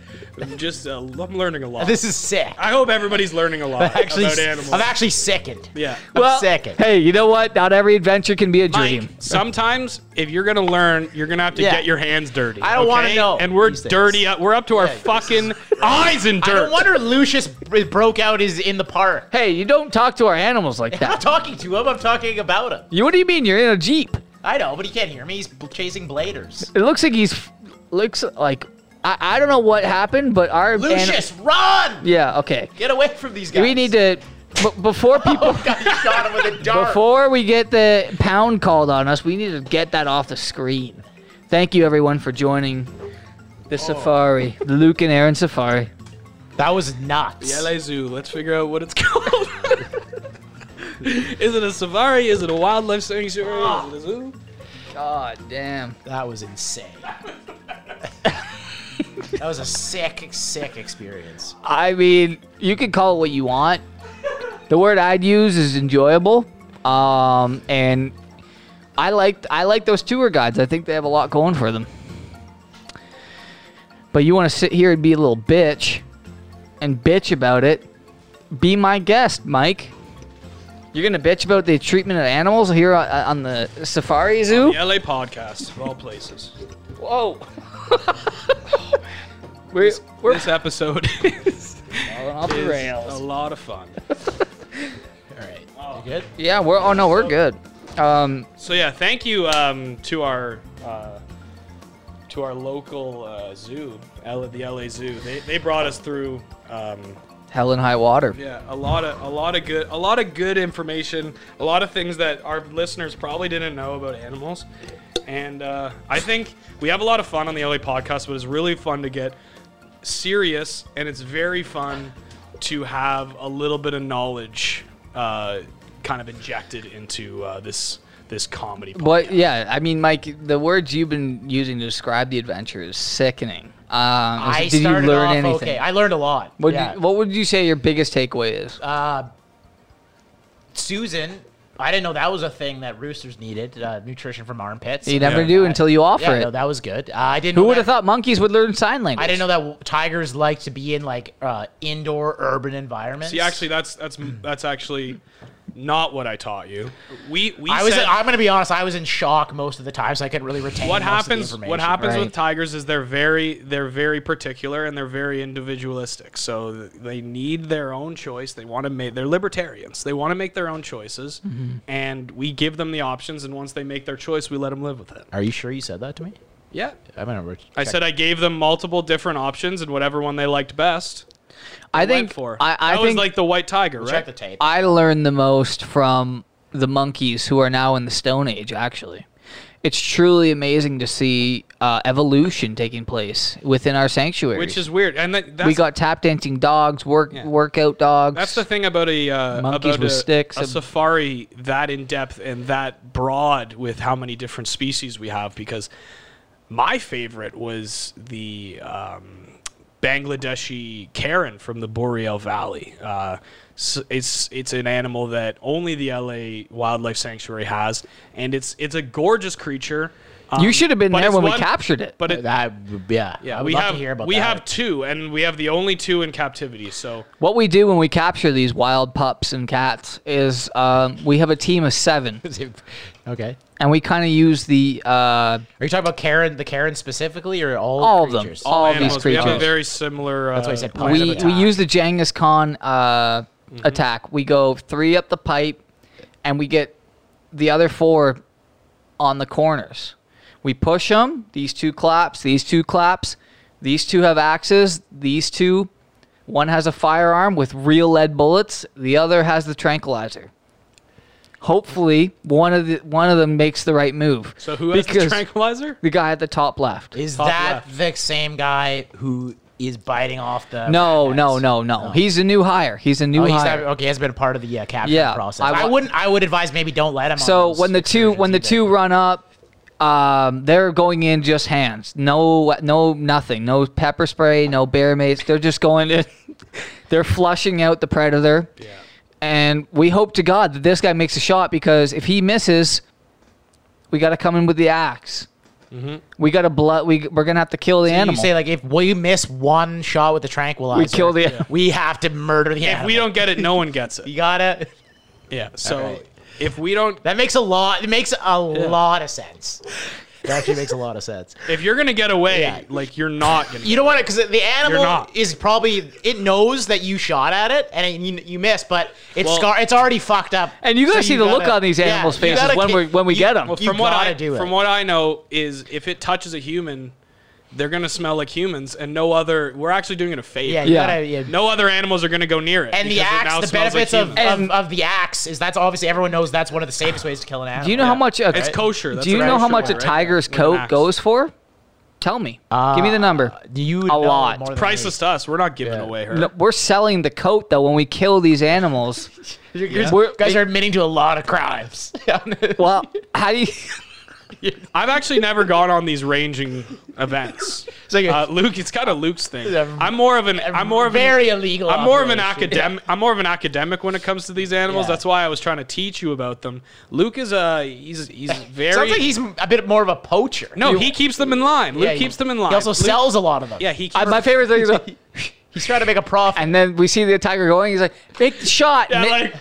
[SPEAKER 1] just uh, I'm learning a lot.
[SPEAKER 3] this is sick.
[SPEAKER 1] I hope everybody's learning a lot
[SPEAKER 3] actually,
[SPEAKER 1] about animals.
[SPEAKER 3] I'm actually sickened.
[SPEAKER 1] yeah.
[SPEAKER 3] I'm sickened.
[SPEAKER 2] hey, you know what? Not every adventure can be a
[SPEAKER 1] Mike,
[SPEAKER 2] dream.
[SPEAKER 1] sometimes if you're gonna learn, you're gonna have to
[SPEAKER 3] Yeah.
[SPEAKER 1] get your hands dirty.
[SPEAKER 3] I don't wanna
[SPEAKER 1] okay?
[SPEAKER 3] know
[SPEAKER 1] And we're
[SPEAKER 3] these things.
[SPEAKER 1] dirty. Up, we're up to our
[SPEAKER 3] Yeah, this
[SPEAKER 1] fucking eyes in
[SPEAKER 3] I
[SPEAKER 1] dirt.
[SPEAKER 3] don't wonder Lucius b- broke out is in the park.
[SPEAKER 2] Hey, you don't talk to our animals like
[SPEAKER 3] I'm not
[SPEAKER 2] that.
[SPEAKER 3] talking to him. I'm talking about him.
[SPEAKER 2] You, what do you mean? You're in a jeep?
[SPEAKER 3] I know, but he can't hear me. He's bl- chasing bladers.
[SPEAKER 2] It looks like he's looks like I, I don't know what happened, but our ani-
[SPEAKER 3] Lucius, run!
[SPEAKER 2] yeah, okay.
[SPEAKER 3] Get away from these guys.
[SPEAKER 2] We need to b- before people.
[SPEAKER 3] God, he shot him with a dart.
[SPEAKER 2] Before we get the pound called on us, we need to get that off the screen. Thank you, everyone, for joining the safari, the Luke and Aaron safari.
[SPEAKER 3] that was nuts.
[SPEAKER 1] The LA Zoo. Let's figure out what it's called. is it a safari? Is it a wildlife sanctuary? Is
[SPEAKER 3] Ah.
[SPEAKER 1] it a zoo?
[SPEAKER 2] God damn.
[SPEAKER 3] that was insane. that was a sick, sick experience.
[SPEAKER 2] I mean, you can call it what you want. The word I'd use is enjoyable, um, and I like I like those tour guides. I think they have a lot going for them. But you want to sit here and be a little bitch, and bitch about it. Be my guest, Mike. You're gonna bitch about the treatment of animals here on, uh, on the safari zoo.
[SPEAKER 1] The LA podcast of all places. Oh,
[SPEAKER 2] Whoa. we're we're
[SPEAKER 1] This episode is,
[SPEAKER 2] falling off the
[SPEAKER 1] is
[SPEAKER 2] rails.
[SPEAKER 1] a lot of fun.
[SPEAKER 3] All right, you good?
[SPEAKER 2] Yeah, we're oh no, we're good. Um,
[SPEAKER 1] So yeah, thank you um, to our uh, to our local uh, zoo, L- the LA Zoo. They, they brought us through um,
[SPEAKER 2] hell and high water.
[SPEAKER 1] yeah a lot of a lot of good a lot of good information, a lot of things that our listeners probably didn't know about animals. And uh, I think we have a lot of fun on the LA podcast, but it's really fun to get serious, and it's very fun to have a little bit of knowledge uh, kind of injected into uh, this this comedy. Podcast.
[SPEAKER 2] But yeah, I mean, Mike, the words you've been using to describe the adventure is sickening. Um,
[SPEAKER 3] I
[SPEAKER 2] did you
[SPEAKER 3] started
[SPEAKER 2] learn
[SPEAKER 3] off
[SPEAKER 2] anything?
[SPEAKER 3] okay. I learned a lot.
[SPEAKER 2] What,
[SPEAKER 3] yeah.
[SPEAKER 2] you, what would you say your biggest takeaway is?
[SPEAKER 3] uh, Susan, I didn't know that was a thing that roosters needed uh, nutrition from armpits.
[SPEAKER 2] you never
[SPEAKER 1] yeah,
[SPEAKER 2] do until you
[SPEAKER 3] yeah,
[SPEAKER 2] offer
[SPEAKER 3] no,
[SPEAKER 2] it.
[SPEAKER 3] that was good. Uh, I didn't.
[SPEAKER 2] Who
[SPEAKER 3] know
[SPEAKER 2] would have
[SPEAKER 3] that-
[SPEAKER 2] thought monkeys would learn sign language?
[SPEAKER 3] I didn't know that w- tigers like to be in like uh, indoor urban environments.
[SPEAKER 1] See, actually, that's that's that's actually not what I taught you. We we
[SPEAKER 3] I was.
[SPEAKER 1] said
[SPEAKER 3] I'm gonna be honest. I was in shock most of the time, so I couldn't really retain.
[SPEAKER 1] what
[SPEAKER 3] most
[SPEAKER 1] happens.
[SPEAKER 3] Of the
[SPEAKER 1] What
[SPEAKER 3] information.
[SPEAKER 1] happens
[SPEAKER 2] right.
[SPEAKER 1] with tigers is they're very they're very particular and they're very individualistic. So they need their own choice. They want to make they're libertarians. They want to make their own choices,
[SPEAKER 2] Mm-hmm.
[SPEAKER 1] and we give them the options. And once they make their choice, we let them live with it.
[SPEAKER 3] Are you sure you said that to me?
[SPEAKER 1] Yeah.
[SPEAKER 3] I'm gonna. Re-
[SPEAKER 1] I said I gave them multiple different options, and whatever one they liked best,
[SPEAKER 2] I
[SPEAKER 1] they
[SPEAKER 2] think
[SPEAKER 1] went for.
[SPEAKER 2] I, I
[SPEAKER 1] that
[SPEAKER 2] think
[SPEAKER 1] was like the white tiger, right?
[SPEAKER 3] check the tape.
[SPEAKER 2] I learned the most from the monkeys who are now in the Stone Age, actually. It's truly amazing to see uh, evolution taking place within our sanctuary.
[SPEAKER 1] Which is weird, and that, that's
[SPEAKER 2] we got tap dancing dogs, work
[SPEAKER 1] Yeah.
[SPEAKER 2] workout dogs.
[SPEAKER 1] That's the thing about a uh,
[SPEAKER 2] Monkeys
[SPEAKER 1] about
[SPEAKER 2] with
[SPEAKER 1] a,
[SPEAKER 2] sticks
[SPEAKER 1] a
[SPEAKER 2] and-
[SPEAKER 1] safari that in depth and that broad with how many different species we have. Because my favorite was the um, Bangladeshi Karen from the Boreal Valley. Uh, s- it's it's an animal that only the LA Wildlife Sanctuary has, and it's it's a gorgeous creature.
[SPEAKER 2] You
[SPEAKER 1] Um,
[SPEAKER 2] should have been
[SPEAKER 1] but
[SPEAKER 2] there
[SPEAKER 1] it's
[SPEAKER 2] when we
[SPEAKER 1] one-
[SPEAKER 2] captured it.
[SPEAKER 1] But it,
[SPEAKER 3] That yeah
[SPEAKER 1] yeah,
[SPEAKER 3] I would
[SPEAKER 1] we
[SPEAKER 3] love
[SPEAKER 1] have
[SPEAKER 3] to hear about
[SPEAKER 1] we
[SPEAKER 3] that.
[SPEAKER 1] have two, and we have the only two in captivity. So
[SPEAKER 2] What we do when we capture these wild pups and cats is um, we have a team of seven,
[SPEAKER 3] okay.
[SPEAKER 2] and we kind of use the uh,
[SPEAKER 3] Are you talking about Karen, the Karen specifically, or all
[SPEAKER 2] All of them.
[SPEAKER 3] creatures?
[SPEAKER 2] All of these
[SPEAKER 1] animals, we have a
[SPEAKER 2] creatures.
[SPEAKER 1] very similar. Uh,
[SPEAKER 3] That's why I said
[SPEAKER 1] plan
[SPEAKER 3] Kind
[SPEAKER 1] of Mm-hmm.
[SPEAKER 3] of
[SPEAKER 2] we,
[SPEAKER 1] attack.
[SPEAKER 2] we
[SPEAKER 3] attack.
[SPEAKER 2] use the Genghis Khan uh, attack. We go three up the pipe, and we get the other four on the corners. We push them. These two claps. These two claps. These two have axes. These two. One has a firearm with real lead bullets. The other has the tranquilizer. Hopefully, one of the one of them makes the right move.
[SPEAKER 1] So who has the
[SPEAKER 2] Because
[SPEAKER 1] tranquilizer?
[SPEAKER 2] The guy at the top left.
[SPEAKER 3] Is
[SPEAKER 1] Top
[SPEAKER 3] that
[SPEAKER 1] left.
[SPEAKER 3] the same guy who is biting off the?
[SPEAKER 2] No,
[SPEAKER 3] rat
[SPEAKER 2] no,
[SPEAKER 3] heads?
[SPEAKER 2] no, no. He's a new hire. He's a new
[SPEAKER 3] Oh, he's
[SPEAKER 2] hire.
[SPEAKER 3] not- okay, has been a part of the uh, capture
[SPEAKER 2] Yeah,
[SPEAKER 3] process.
[SPEAKER 2] I
[SPEAKER 3] I,
[SPEAKER 2] wa-
[SPEAKER 3] wouldn't. I would advise maybe don't let him. on
[SPEAKER 2] So
[SPEAKER 3] those
[SPEAKER 2] when the two when the
[SPEAKER 3] excursions
[SPEAKER 2] two run up, um, they're going in just hands. No, no, nothing. No pepper spray. No bear mace. They're just going in. they're flushing out the predator.
[SPEAKER 1] Yeah.
[SPEAKER 2] And we hope to God that this guy makes a shot because if he misses, we got to come in with the axe.
[SPEAKER 1] Mm-hmm.
[SPEAKER 2] We got to blood. We we're gonna have to kill the
[SPEAKER 3] either.
[SPEAKER 2] animal.
[SPEAKER 3] You say like if we miss one shot with the tranquilizer,
[SPEAKER 2] we kill the.
[SPEAKER 3] We have to murder the
[SPEAKER 1] If
[SPEAKER 3] animal.
[SPEAKER 1] we don't get it, no one gets it.
[SPEAKER 3] you gotta.
[SPEAKER 1] Yeah. So
[SPEAKER 3] right.
[SPEAKER 1] if we don't,
[SPEAKER 3] That makes a lot. It makes a lot of sense. It actually makes a lot of sense.
[SPEAKER 1] if you're gonna get away,
[SPEAKER 3] Yeah.
[SPEAKER 1] like you're not gonna.
[SPEAKER 3] You don't want to because the animal
[SPEAKER 1] not.
[SPEAKER 3] is probably it knows that you shot at it and you, you missed, but it's
[SPEAKER 1] Well-
[SPEAKER 3] scar. It's already fucked up.
[SPEAKER 2] And you gotta see the look
[SPEAKER 3] gotta-
[SPEAKER 2] on these animals'
[SPEAKER 3] you
[SPEAKER 2] faces
[SPEAKER 3] gotta
[SPEAKER 2] when
[SPEAKER 3] ki-
[SPEAKER 2] we- when we
[SPEAKER 3] you-
[SPEAKER 2] get 'em. Well,
[SPEAKER 3] you
[SPEAKER 1] from what
[SPEAKER 3] gotta
[SPEAKER 1] I
[SPEAKER 3] do it.
[SPEAKER 1] from what I know is if it touches a human, they're gonna smell like humans, and no other. We're actually doing it a favor.
[SPEAKER 3] yeah, you
[SPEAKER 2] Yeah.
[SPEAKER 3] gotta. Yeah.
[SPEAKER 1] No other animals are gonna go near it.
[SPEAKER 3] And the
[SPEAKER 1] because it now
[SPEAKER 3] axe, the
[SPEAKER 1] smells like
[SPEAKER 3] benefits of,
[SPEAKER 1] humans.
[SPEAKER 3] of,
[SPEAKER 2] And-
[SPEAKER 3] of the axe is that's obviously everyone knows that's one of the safest ways to kill an animal.
[SPEAKER 2] Do you know how much a,
[SPEAKER 1] It's kosher, that's
[SPEAKER 2] do you
[SPEAKER 1] what I
[SPEAKER 2] know how
[SPEAKER 1] should
[SPEAKER 2] much a
[SPEAKER 1] know, right?
[SPEAKER 2] tiger's
[SPEAKER 1] With an
[SPEAKER 2] coat
[SPEAKER 1] axe.
[SPEAKER 2] goes for? Tell me. Give me
[SPEAKER 3] Uh,
[SPEAKER 2] the number.
[SPEAKER 3] Do you a
[SPEAKER 2] lot.
[SPEAKER 1] priceless to us. We're not giving
[SPEAKER 3] Yeah.
[SPEAKER 1] away her.
[SPEAKER 2] No, we're selling the coat though when we kill these animals.
[SPEAKER 3] You
[SPEAKER 2] We're-
[SPEAKER 3] guys are admitting to a lot of crimes.
[SPEAKER 2] Well, how do you?
[SPEAKER 1] I've actually never gone on these ranging events.
[SPEAKER 3] So you're-
[SPEAKER 1] uh, Luke, it's kind of Luke's thing.
[SPEAKER 3] Yeah.
[SPEAKER 1] I'm more of an. I'm more of an-
[SPEAKER 3] very illegal.
[SPEAKER 1] I'm more of an
[SPEAKER 3] operation.
[SPEAKER 1] academic. I'm more of an academic when it comes to these animals.
[SPEAKER 3] Yeah.
[SPEAKER 1] That's why I was trying to teach you about them. Luke is a he's he's very.
[SPEAKER 3] Sounds like he's a bit more of a poacher.
[SPEAKER 1] no, he keeps them in line. Luke
[SPEAKER 3] he-
[SPEAKER 1] keeps them in line.
[SPEAKER 3] He also
[SPEAKER 1] Luke-
[SPEAKER 3] sells a lot of them.
[SPEAKER 1] Yeah, he. Keeps,
[SPEAKER 2] I, my favorite thing is, uh,
[SPEAKER 3] he's trying to make a profit.
[SPEAKER 2] and then we see the tiger going. He's like, "Make the shot!
[SPEAKER 1] Yeah,
[SPEAKER 2] Mi-
[SPEAKER 1] like,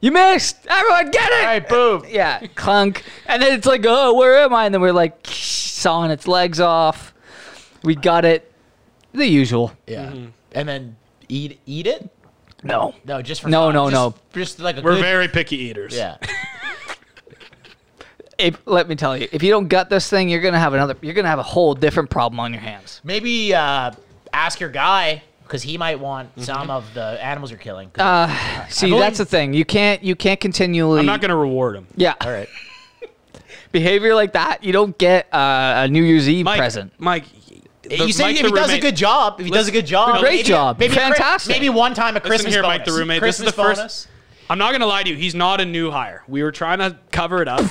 [SPEAKER 2] you missed! Everyone, get it!"
[SPEAKER 3] All right, boom.
[SPEAKER 2] Yeah, clunk. And then it's like, "Oh, where am I?" And then we're like, sawing its legs off. We got it. The usual.
[SPEAKER 3] Yeah. Mm-hmm. And then eat eat it?
[SPEAKER 2] No.
[SPEAKER 3] No, just for
[SPEAKER 2] No,
[SPEAKER 3] fun.
[SPEAKER 2] no,
[SPEAKER 3] Just-
[SPEAKER 2] no.
[SPEAKER 3] Just like a
[SPEAKER 1] we're
[SPEAKER 3] good-
[SPEAKER 1] very picky eaters.
[SPEAKER 3] yeah.
[SPEAKER 2] If, let me tell you, if you don't gut this thing, you're gonna have another. You're gonna have a whole different problem on your hands.
[SPEAKER 3] Maybe uh, ask your guy because he might want
[SPEAKER 1] Mm-hmm.
[SPEAKER 3] some of the animals you're killing. 'Cause-
[SPEAKER 2] Uh, see,
[SPEAKER 3] only-
[SPEAKER 2] that's the thing. You can't. You can't continually.
[SPEAKER 1] I'm not gonna reward him.
[SPEAKER 2] Yeah.
[SPEAKER 3] all right.
[SPEAKER 2] behavior like that, you don't get uh, a New Year's Eve
[SPEAKER 1] Mike,
[SPEAKER 2] present.
[SPEAKER 1] Mike. the-
[SPEAKER 3] you say
[SPEAKER 1] Mike
[SPEAKER 3] if
[SPEAKER 1] the
[SPEAKER 3] he does a
[SPEAKER 1] roommate-
[SPEAKER 3] good job, if he does a good job,
[SPEAKER 2] Great
[SPEAKER 3] maybe-
[SPEAKER 2] job.
[SPEAKER 3] maybe a Chri-
[SPEAKER 2] Fantastic.
[SPEAKER 3] maybe one time a
[SPEAKER 1] Listen
[SPEAKER 3] Christmas
[SPEAKER 1] here,
[SPEAKER 3] bonus.
[SPEAKER 1] Mike the roommate, this
[SPEAKER 3] Christmas
[SPEAKER 1] is the first-
[SPEAKER 3] bonus.
[SPEAKER 1] I'm not gonna lie to you. He's not a new hire. We were trying to cover it up.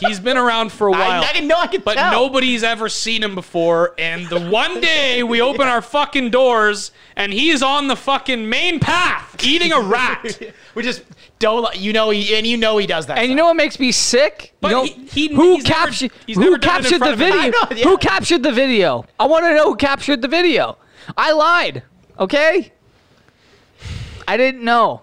[SPEAKER 1] he's been around for a while.
[SPEAKER 3] I, I didn't know I could
[SPEAKER 1] but
[SPEAKER 3] tell.
[SPEAKER 1] nobody's ever seen him before. And the one day we open our fucking doors, and he is on the fucking main path eating a rat.
[SPEAKER 3] we just don't. li- You know, he, and you know he does that.
[SPEAKER 2] And you know what makes me sick?
[SPEAKER 1] But
[SPEAKER 2] you know,
[SPEAKER 1] he- he-
[SPEAKER 2] who
[SPEAKER 1] he's never-
[SPEAKER 2] captured
[SPEAKER 1] he's
[SPEAKER 2] who
[SPEAKER 1] never done it in
[SPEAKER 2] captured the
[SPEAKER 1] front of
[SPEAKER 2] video?
[SPEAKER 1] him.
[SPEAKER 3] I know, yeah.
[SPEAKER 2] Who captured the video? I want to know who captured the video. I lied. Okay. I didn't know.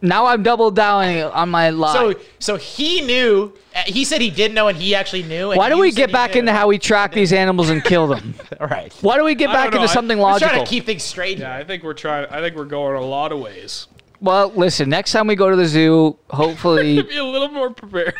[SPEAKER 2] Now I'm double downing on my lie.
[SPEAKER 3] So, so he knew. uh, He said he did know, and he actually knew.
[SPEAKER 2] Why don't we get back into how we track these animals and kill them?
[SPEAKER 3] All right.
[SPEAKER 2] Why don't we get
[SPEAKER 1] I don't
[SPEAKER 2] back
[SPEAKER 1] know,
[SPEAKER 2] into
[SPEAKER 1] I-
[SPEAKER 2] something
[SPEAKER 3] Let's
[SPEAKER 2] logical?
[SPEAKER 3] try to keep things straight.
[SPEAKER 1] Yeah,
[SPEAKER 3] here.
[SPEAKER 1] I think we're trying. I think we're going a lot of ways.
[SPEAKER 2] well, listen. Next time we go to the zoo, hopefully
[SPEAKER 1] Be a little more prepared.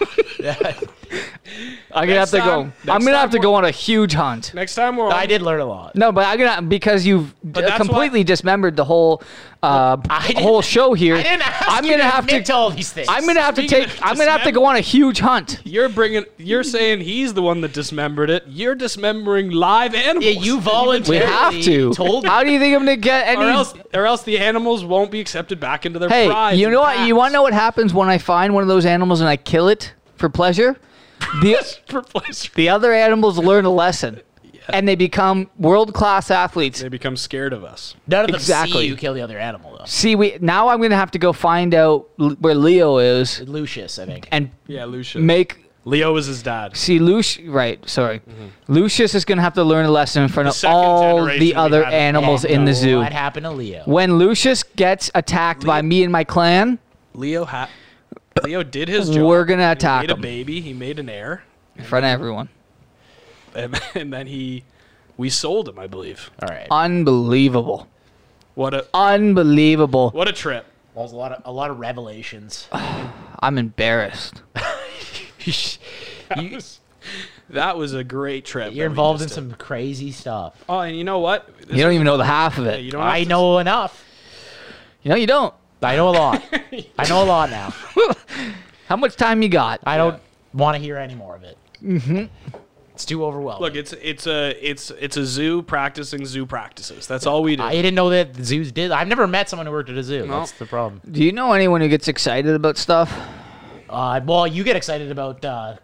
[SPEAKER 2] I'm gonna have
[SPEAKER 1] Next
[SPEAKER 2] to go.
[SPEAKER 1] time-
[SPEAKER 2] I'm
[SPEAKER 1] next
[SPEAKER 2] gonna
[SPEAKER 1] time
[SPEAKER 2] have to
[SPEAKER 1] we're-
[SPEAKER 2] go on a huge hunt.
[SPEAKER 1] Next time we're. On,
[SPEAKER 3] I did learn a lot.
[SPEAKER 2] No, but I'm gonna because you've d-
[SPEAKER 1] that's
[SPEAKER 2] completely dismembered the whole uh,
[SPEAKER 3] I didn't-
[SPEAKER 2] whole show here.
[SPEAKER 3] I didn't ask
[SPEAKER 2] am
[SPEAKER 3] you
[SPEAKER 2] gonna
[SPEAKER 3] to
[SPEAKER 2] have
[SPEAKER 3] admit
[SPEAKER 2] to.
[SPEAKER 3] all these things.
[SPEAKER 2] I'm gonna have to
[SPEAKER 1] Speaking
[SPEAKER 2] take.
[SPEAKER 1] of
[SPEAKER 2] I'm gonna have to go on a huge hunt.
[SPEAKER 1] You're bringing. You're saying he's the one that dismembered it. You're dismembering live animals.
[SPEAKER 3] Yeah, you
[SPEAKER 2] We
[SPEAKER 3] voluntarily
[SPEAKER 2] have to.
[SPEAKER 3] told me.
[SPEAKER 2] How do you think I'm gonna get any?
[SPEAKER 1] Or else, or else the animals won't be accepted back into their
[SPEAKER 2] hey,
[SPEAKER 1] prize.
[SPEAKER 2] you
[SPEAKER 1] and
[SPEAKER 2] know what? You want to
[SPEAKER 1] packs
[SPEAKER 2] know what happens when I find one of those animals and I kill it for pleasure? The
[SPEAKER 1] For pleasure.
[SPEAKER 2] the other animals learn a lesson. and they become world class athletes.
[SPEAKER 1] They become scared of us.
[SPEAKER 3] None of them
[SPEAKER 2] Exactly.
[SPEAKER 3] see you kill the other animal though.
[SPEAKER 2] See, we now I'm gonna have to go find out l- where Leo is
[SPEAKER 3] Lucius, I think.
[SPEAKER 2] and
[SPEAKER 1] Yeah, Lucius.
[SPEAKER 2] make
[SPEAKER 1] Leo is his dad.
[SPEAKER 2] see Lucius. Right, sorry, Lucius is gonna have to learn a lesson in front of
[SPEAKER 1] Mm-hmm. second
[SPEAKER 2] all
[SPEAKER 1] generation we
[SPEAKER 2] the other
[SPEAKER 1] haven't-
[SPEAKER 2] animals
[SPEAKER 3] And
[SPEAKER 2] in the
[SPEAKER 3] know
[SPEAKER 2] zoo.
[SPEAKER 3] Oh, What happened to Leo?
[SPEAKER 2] When Lucius gets attacked by me and my clan,
[SPEAKER 1] Leo ha- Leo did his job.
[SPEAKER 2] We're gonna
[SPEAKER 1] He
[SPEAKER 2] attack
[SPEAKER 1] made a
[SPEAKER 2] him.
[SPEAKER 1] baby. He made an heir,
[SPEAKER 2] in front of everyone,
[SPEAKER 1] and, and then he, we sold him, I believe.
[SPEAKER 3] All right.
[SPEAKER 2] Uh, unbelievable,
[SPEAKER 1] What a
[SPEAKER 2] unbelievable.
[SPEAKER 1] what a trip.
[SPEAKER 3] Well, there's a lot of a lot of revelations.
[SPEAKER 2] I'm embarrassed.
[SPEAKER 1] That was, that was a great trip.
[SPEAKER 3] You're
[SPEAKER 1] that we
[SPEAKER 3] involved in
[SPEAKER 1] just did.
[SPEAKER 3] some crazy stuff.
[SPEAKER 1] Oh, and you know what? This-
[SPEAKER 2] You don't even know the half of
[SPEAKER 1] you
[SPEAKER 2] it.
[SPEAKER 1] don't have
[SPEAKER 3] I
[SPEAKER 1] to-
[SPEAKER 3] know enough.
[SPEAKER 2] You know you don't.
[SPEAKER 3] I know a lot. I know a lot now.
[SPEAKER 2] How much time you got?
[SPEAKER 3] I don't want to hear any more of it. Mm-hmm. It's too overwhelming.
[SPEAKER 1] Look, it's it's a it's it's a zoo practicing zoo practices. That's all we do.
[SPEAKER 3] I didn't know that zoos did. I've never met someone who worked at a zoo.
[SPEAKER 1] No.
[SPEAKER 3] That's the problem.
[SPEAKER 2] Do you know anyone who gets excited about stuff?
[SPEAKER 3] Uh, well, you get excited about uh,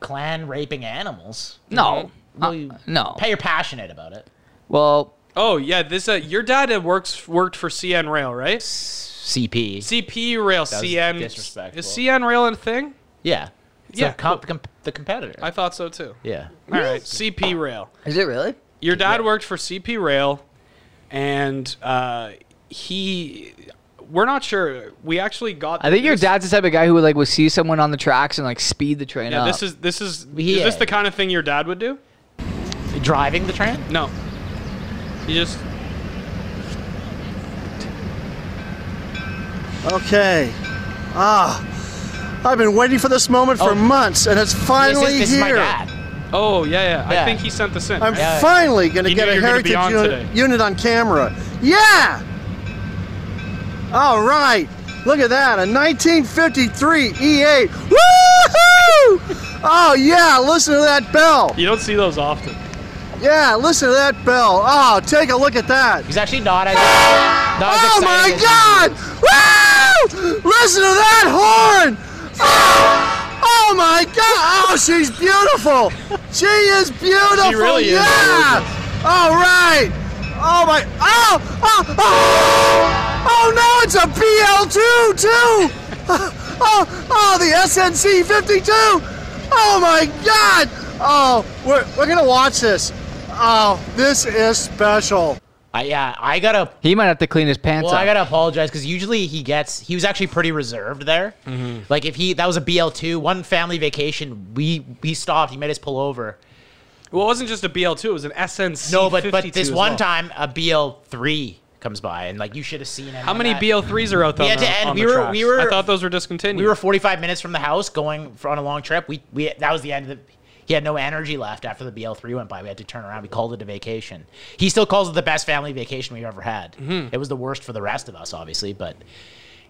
[SPEAKER 3] clan raping animals.
[SPEAKER 2] No.
[SPEAKER 3] Well,
[SPEAKER 2] Uh,
[SPEAKER 3] you-
[SPEAKER 2] no.
[SPEAKER 3] Hey, you're passionate about it.
[SPEAKER 2] Well,
[SPEAKER 1] oh yeah, this uh, your dad had works worked for CN Rail, right?
[SPEAKER 3] CP.
[SPEAKER 1] CP Rail,
[SPEAKER 3] was
[SPEAKER 1] CN.
[SPEAKER 3] disrespectful.
[SPEAKER 1] Is CN Rail a thing?
[SPEAKER 3] Yeah. It's
[SPEAKER 1] Yeah,
[SPEAKER 3] the comp- com- the competitor.
[SPEAKER 1] I thought so too.
[SPEAKER 3] yeah.
[SPEAKER 1] All right, CP Rail.
[SPEAKER 2] is it really?
[SPEAKER 1] Your dad worked for CP Rail, and uh, he. We're not sure. We actually got.
[SPEAKER 2] I think your
[SPEAKER 1] this-
[SPEAKER 2] dad's the type of guy who would like would see someone on the tracks and like speed the train
[SPEAKER 1] Yeah,
[SPEAKER 2] up.
[SPEAKER 1] this is this is
[SPEAKER 3] He-
[SPEAKER 1] is this the kind of thing your dad would do?
[SPEAKER 3] Driving the train?
[SPEAKER 1] No. You just
[SPEAKER 4] Okay. Ah, I've been waiting for this moment for
[SPEAKER 3] Oh.
[SPEAKER 4] months, and it's
[SPEAKER 3] This
[SPEAKER 4] finally
[SPEAKER 3] is, this is my
[SPEAKER 4] here.
[SPEAKER 3] dad.
[SPEAKER 1] Oh yeah, yeah.
[SPEAKER 3] Yeah.
[SPEAKER 1] I think he sent this in.
[SPEAKER 4] I'm
[SPEAKER 1] right?
[SPEAKER 3] Yeah.
[SPEAKER 4] finally going to
[SPEAKER 1] You
[SPEAKER 4] get
[SPEAKER 1] knew
[SPEAKER 4] a
[SPEAKER 1] you were gonna be
[SPEAKER 4] heritage
[SPEAKER 1] on
[SPEAKER 4] unit,
[SPEAKER 1] today.
[SPEAKER 4] unit on camera. Yeah. All right. Look at that, a 1953 E8. Woohoo! Oh yeah, listen to that bell.
[SPEAKER 1] You don't see those often.
[SPEAKER 4] Yeah, listen to that bell. Oh, take a look at that.
[SPEAKER 3] He's actually not as. Not as
[SPEAKER 4] Oh my
[SPEAKER 3] excited as
[SPEAKER 4] God! Woo! Listen to that horn! Oh, oh my God! Oh, she's beautiful. She is beautiful.
[SPEAKER 1] really is
[SPEAKER 4] yeah. All right. Oh my. Oh! Oh! Oh! Oh no! It's a BL2 too. Oh! Oh! The SNC 52. Oh my God! Oh, we're we're gonna watch this. Oh, this is special.
[SPEAKER 3] I, yeah, I gotta.
[SPEAKER 2] he might have to clean his pants
[SPEAKER 3] Well,
[SPEAKER 2] up.
[SPEAKER 3] I gotta apologize because usually he gets. He was actually pretty reserved there.
[SPEAKER 1] Mm-hmm.
[SPEAKER 3] Like if he that was a BL two one family vacation. We we stopped. He made us pull over.
[SPEAKER 1] Well, it wasn't just a BL2. It was an SNC.
[SPEAKER 3] No, but but
[SPEAKER 1] 52
[SPEAKER 3] this
[SPEAKER 1] as
[SPEAKER 3] one
[SPEAKER 1] well.
[SPEAKER 3] time a BL three comes by and like you should have seen him.
[SPEAKER 1] How
[SPEAKER 3] on
[SPEAKER 1] many
[SPEAKER 3] that.
[SPEAKER 1] BL3s are out there?
[SPEAKER 3] We had
[SPEAKER 1] on
[SPEAKER 3] to
[SPEAKER 1] the-
[SPEAKER 3] end-
[SPEAKER 1] on
[SPEAKER 3] we
[SPEAKER 1] the
[SPEAKER 3] were-
[SPEAKER 1] tracks?
[SPEAKER 3] we were-
[SPEAKER 1] I thought those were discontinued.
[SPEAKER 3] We were forty five minutes from the house going for, on a long trip. We we that was the end of the. He had no energy left after the BL three went by. We had to turn around. We called it a vacation. He still calls it the best family vacation we've ever had.
[SPEAKER 1] Mm-hmm.
[SPEAKER 3] It was the worst for the rest of us, obviously, but.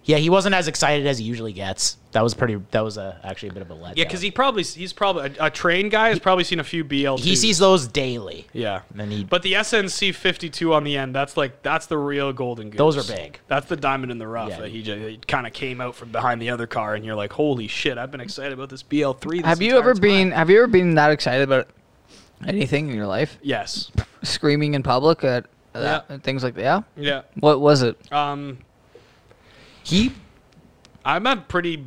[SPEAKER 3] Yeah, he wasn't as excited as he usually gets. That was pretty. That was a, actually a bit of a letdown.
[SPEAKER 1] yeah, because he probably he's probably a, a train guy has probably seen a few BL2s.
[SPEAKER 3] he sees those daily.
[SPEAKER 1] Yeah.
[SPEAKER 3] And then he-
[SPEAKER 1] but the SNC 52 on the end, that's like that's the real golden goose.
[SPEAKER 3] Those are big.
[SPEAKER 1] That's the diamond in the rough
[SPEAKER 3] Yeah.
[SPEAKER 1] that he just kind of came out from behind the other car, and you're like, holy shit, I've been excited about this BL3. This
[SPEAKER 2] have you
[SPEAKER 1] entire
[SPEAKER 2] ever
[SPEAKER 1] time."
[SPEAKER 2] been have you ever been that excited about anything in your life?
[SPEAKER 1] Yes.
[SPEAKER 2] Screaming in public at that,
[SPEAKER 1] Yeah.
[SPEAKER 2] and things like that. Yeah?
[SPEAKER 1] Yeah.
[SPEAKER 2] What was it?
[SPEAKER 1] Um,
[SPEAKER 3] He
[SPEAKER 1] I'm a pretty.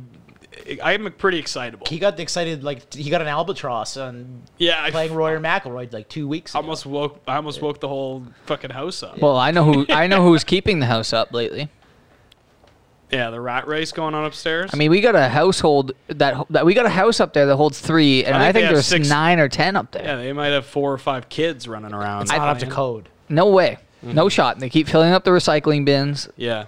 [SPEAKER 1] I'm pretty excitable.
[SPEAKER 3] he got excited like he got an albatross on
[SPEAKER 1] Yeah, I
[SPEAKER 3] playing Royer McIlroy like two weeks. ago.
[SPEAKER 1] almost woke. I almost woke the whole fucking house up.
[SPEAKER 2] Well, I know who I know who's keeping the house up lately.
[SPEAKER 1] Yeah, the rat race going on upstairs.
[SPEAKER 2] I mean, we got a household that that we got a house up there that holds three, and
[SPEAKER 1] I
[SPEAKER 2] I
[SPEAKER 1] think they
[SPEAKER 2] think,
[SPEAKER 1] have
[SPEAKER 2] there's
[SPEAKER 1] six-
[SPEAKER 2] nine or ten up there.
[SPEAKER 1] yeah, they might have four or five kids running around.
[SPEAKER 3] It's not up to code.
[SPEAKER 2] No way.
[SPEAKER 1] Mm-hmm.
[SPEAKER 2] No shot. And they keep filling up the recycling bins.
[SPEAKER 1] Yeah,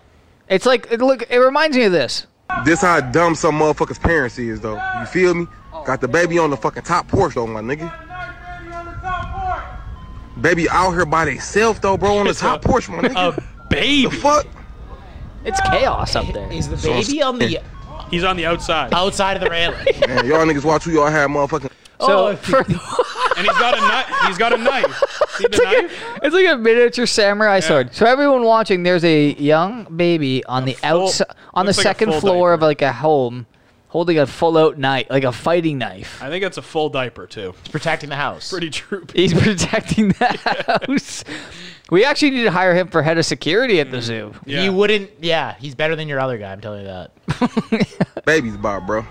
[SPEAKER 2] It's like it, look. It reminds me of this.
[SPEAKER 5] This how dumb some motherfuckers' parents is, though. You feel me? Got the baby on the fucking top porch, though, my nigga. Baby out here by themselves, though, bro, on the top porch, my
[SPEAKER 6] Uh,
[SPEAKER 5] nigga.
[SPEAKER 1] a baby.
[SPEAKER 5] The fuck?
[SPEAKER 2] It's chaos up there.
[SPEAKER 3] Is the baby on the
[SPEAKER 1] He's on the outside,
[SPEAKER 3] outside of the railing?
[SPEAKER 5] Man, y'all niggas watch who y'all have motherfucking.
[SPEAKER 2] So
[SPEAKER 3] Oh,
[SPEAKER 2] for-
[SPEAKER 1] and he's got a knife. He's got a knife. See the knife?
[SPEAKER 2] it's like a miniature samurai sword. So everyone watching, there's a young baby on the
[SPEAKER 1] full-
[SPEAKER 2] outside, on the
[SPEAKER 1] looks like a
[SPEAKER 2] second
[SPEAKER 1] full
[SPEAKER 2] floor
[SPEAKER 1] diaper.
[SPEAKER 2] of like a home, holding a full out knife, like a fighting knife.
[SPEAKER 1] I think it's a full diaper too.
[SPEAKER 3] It's protecting the house.
[SPEAKER 1] Pretty troopy.
[SPEAKER 2] He's protecting the house. We actually need to hire him for head of security at the zoo.
[SPEAKER 1] Mm. Yeah.
[SPEAKER 3] He wouldn't. Yeah, he's better than your other guy. I'm telling you that.
[SPEAKER 5] Baby's Bob, bro.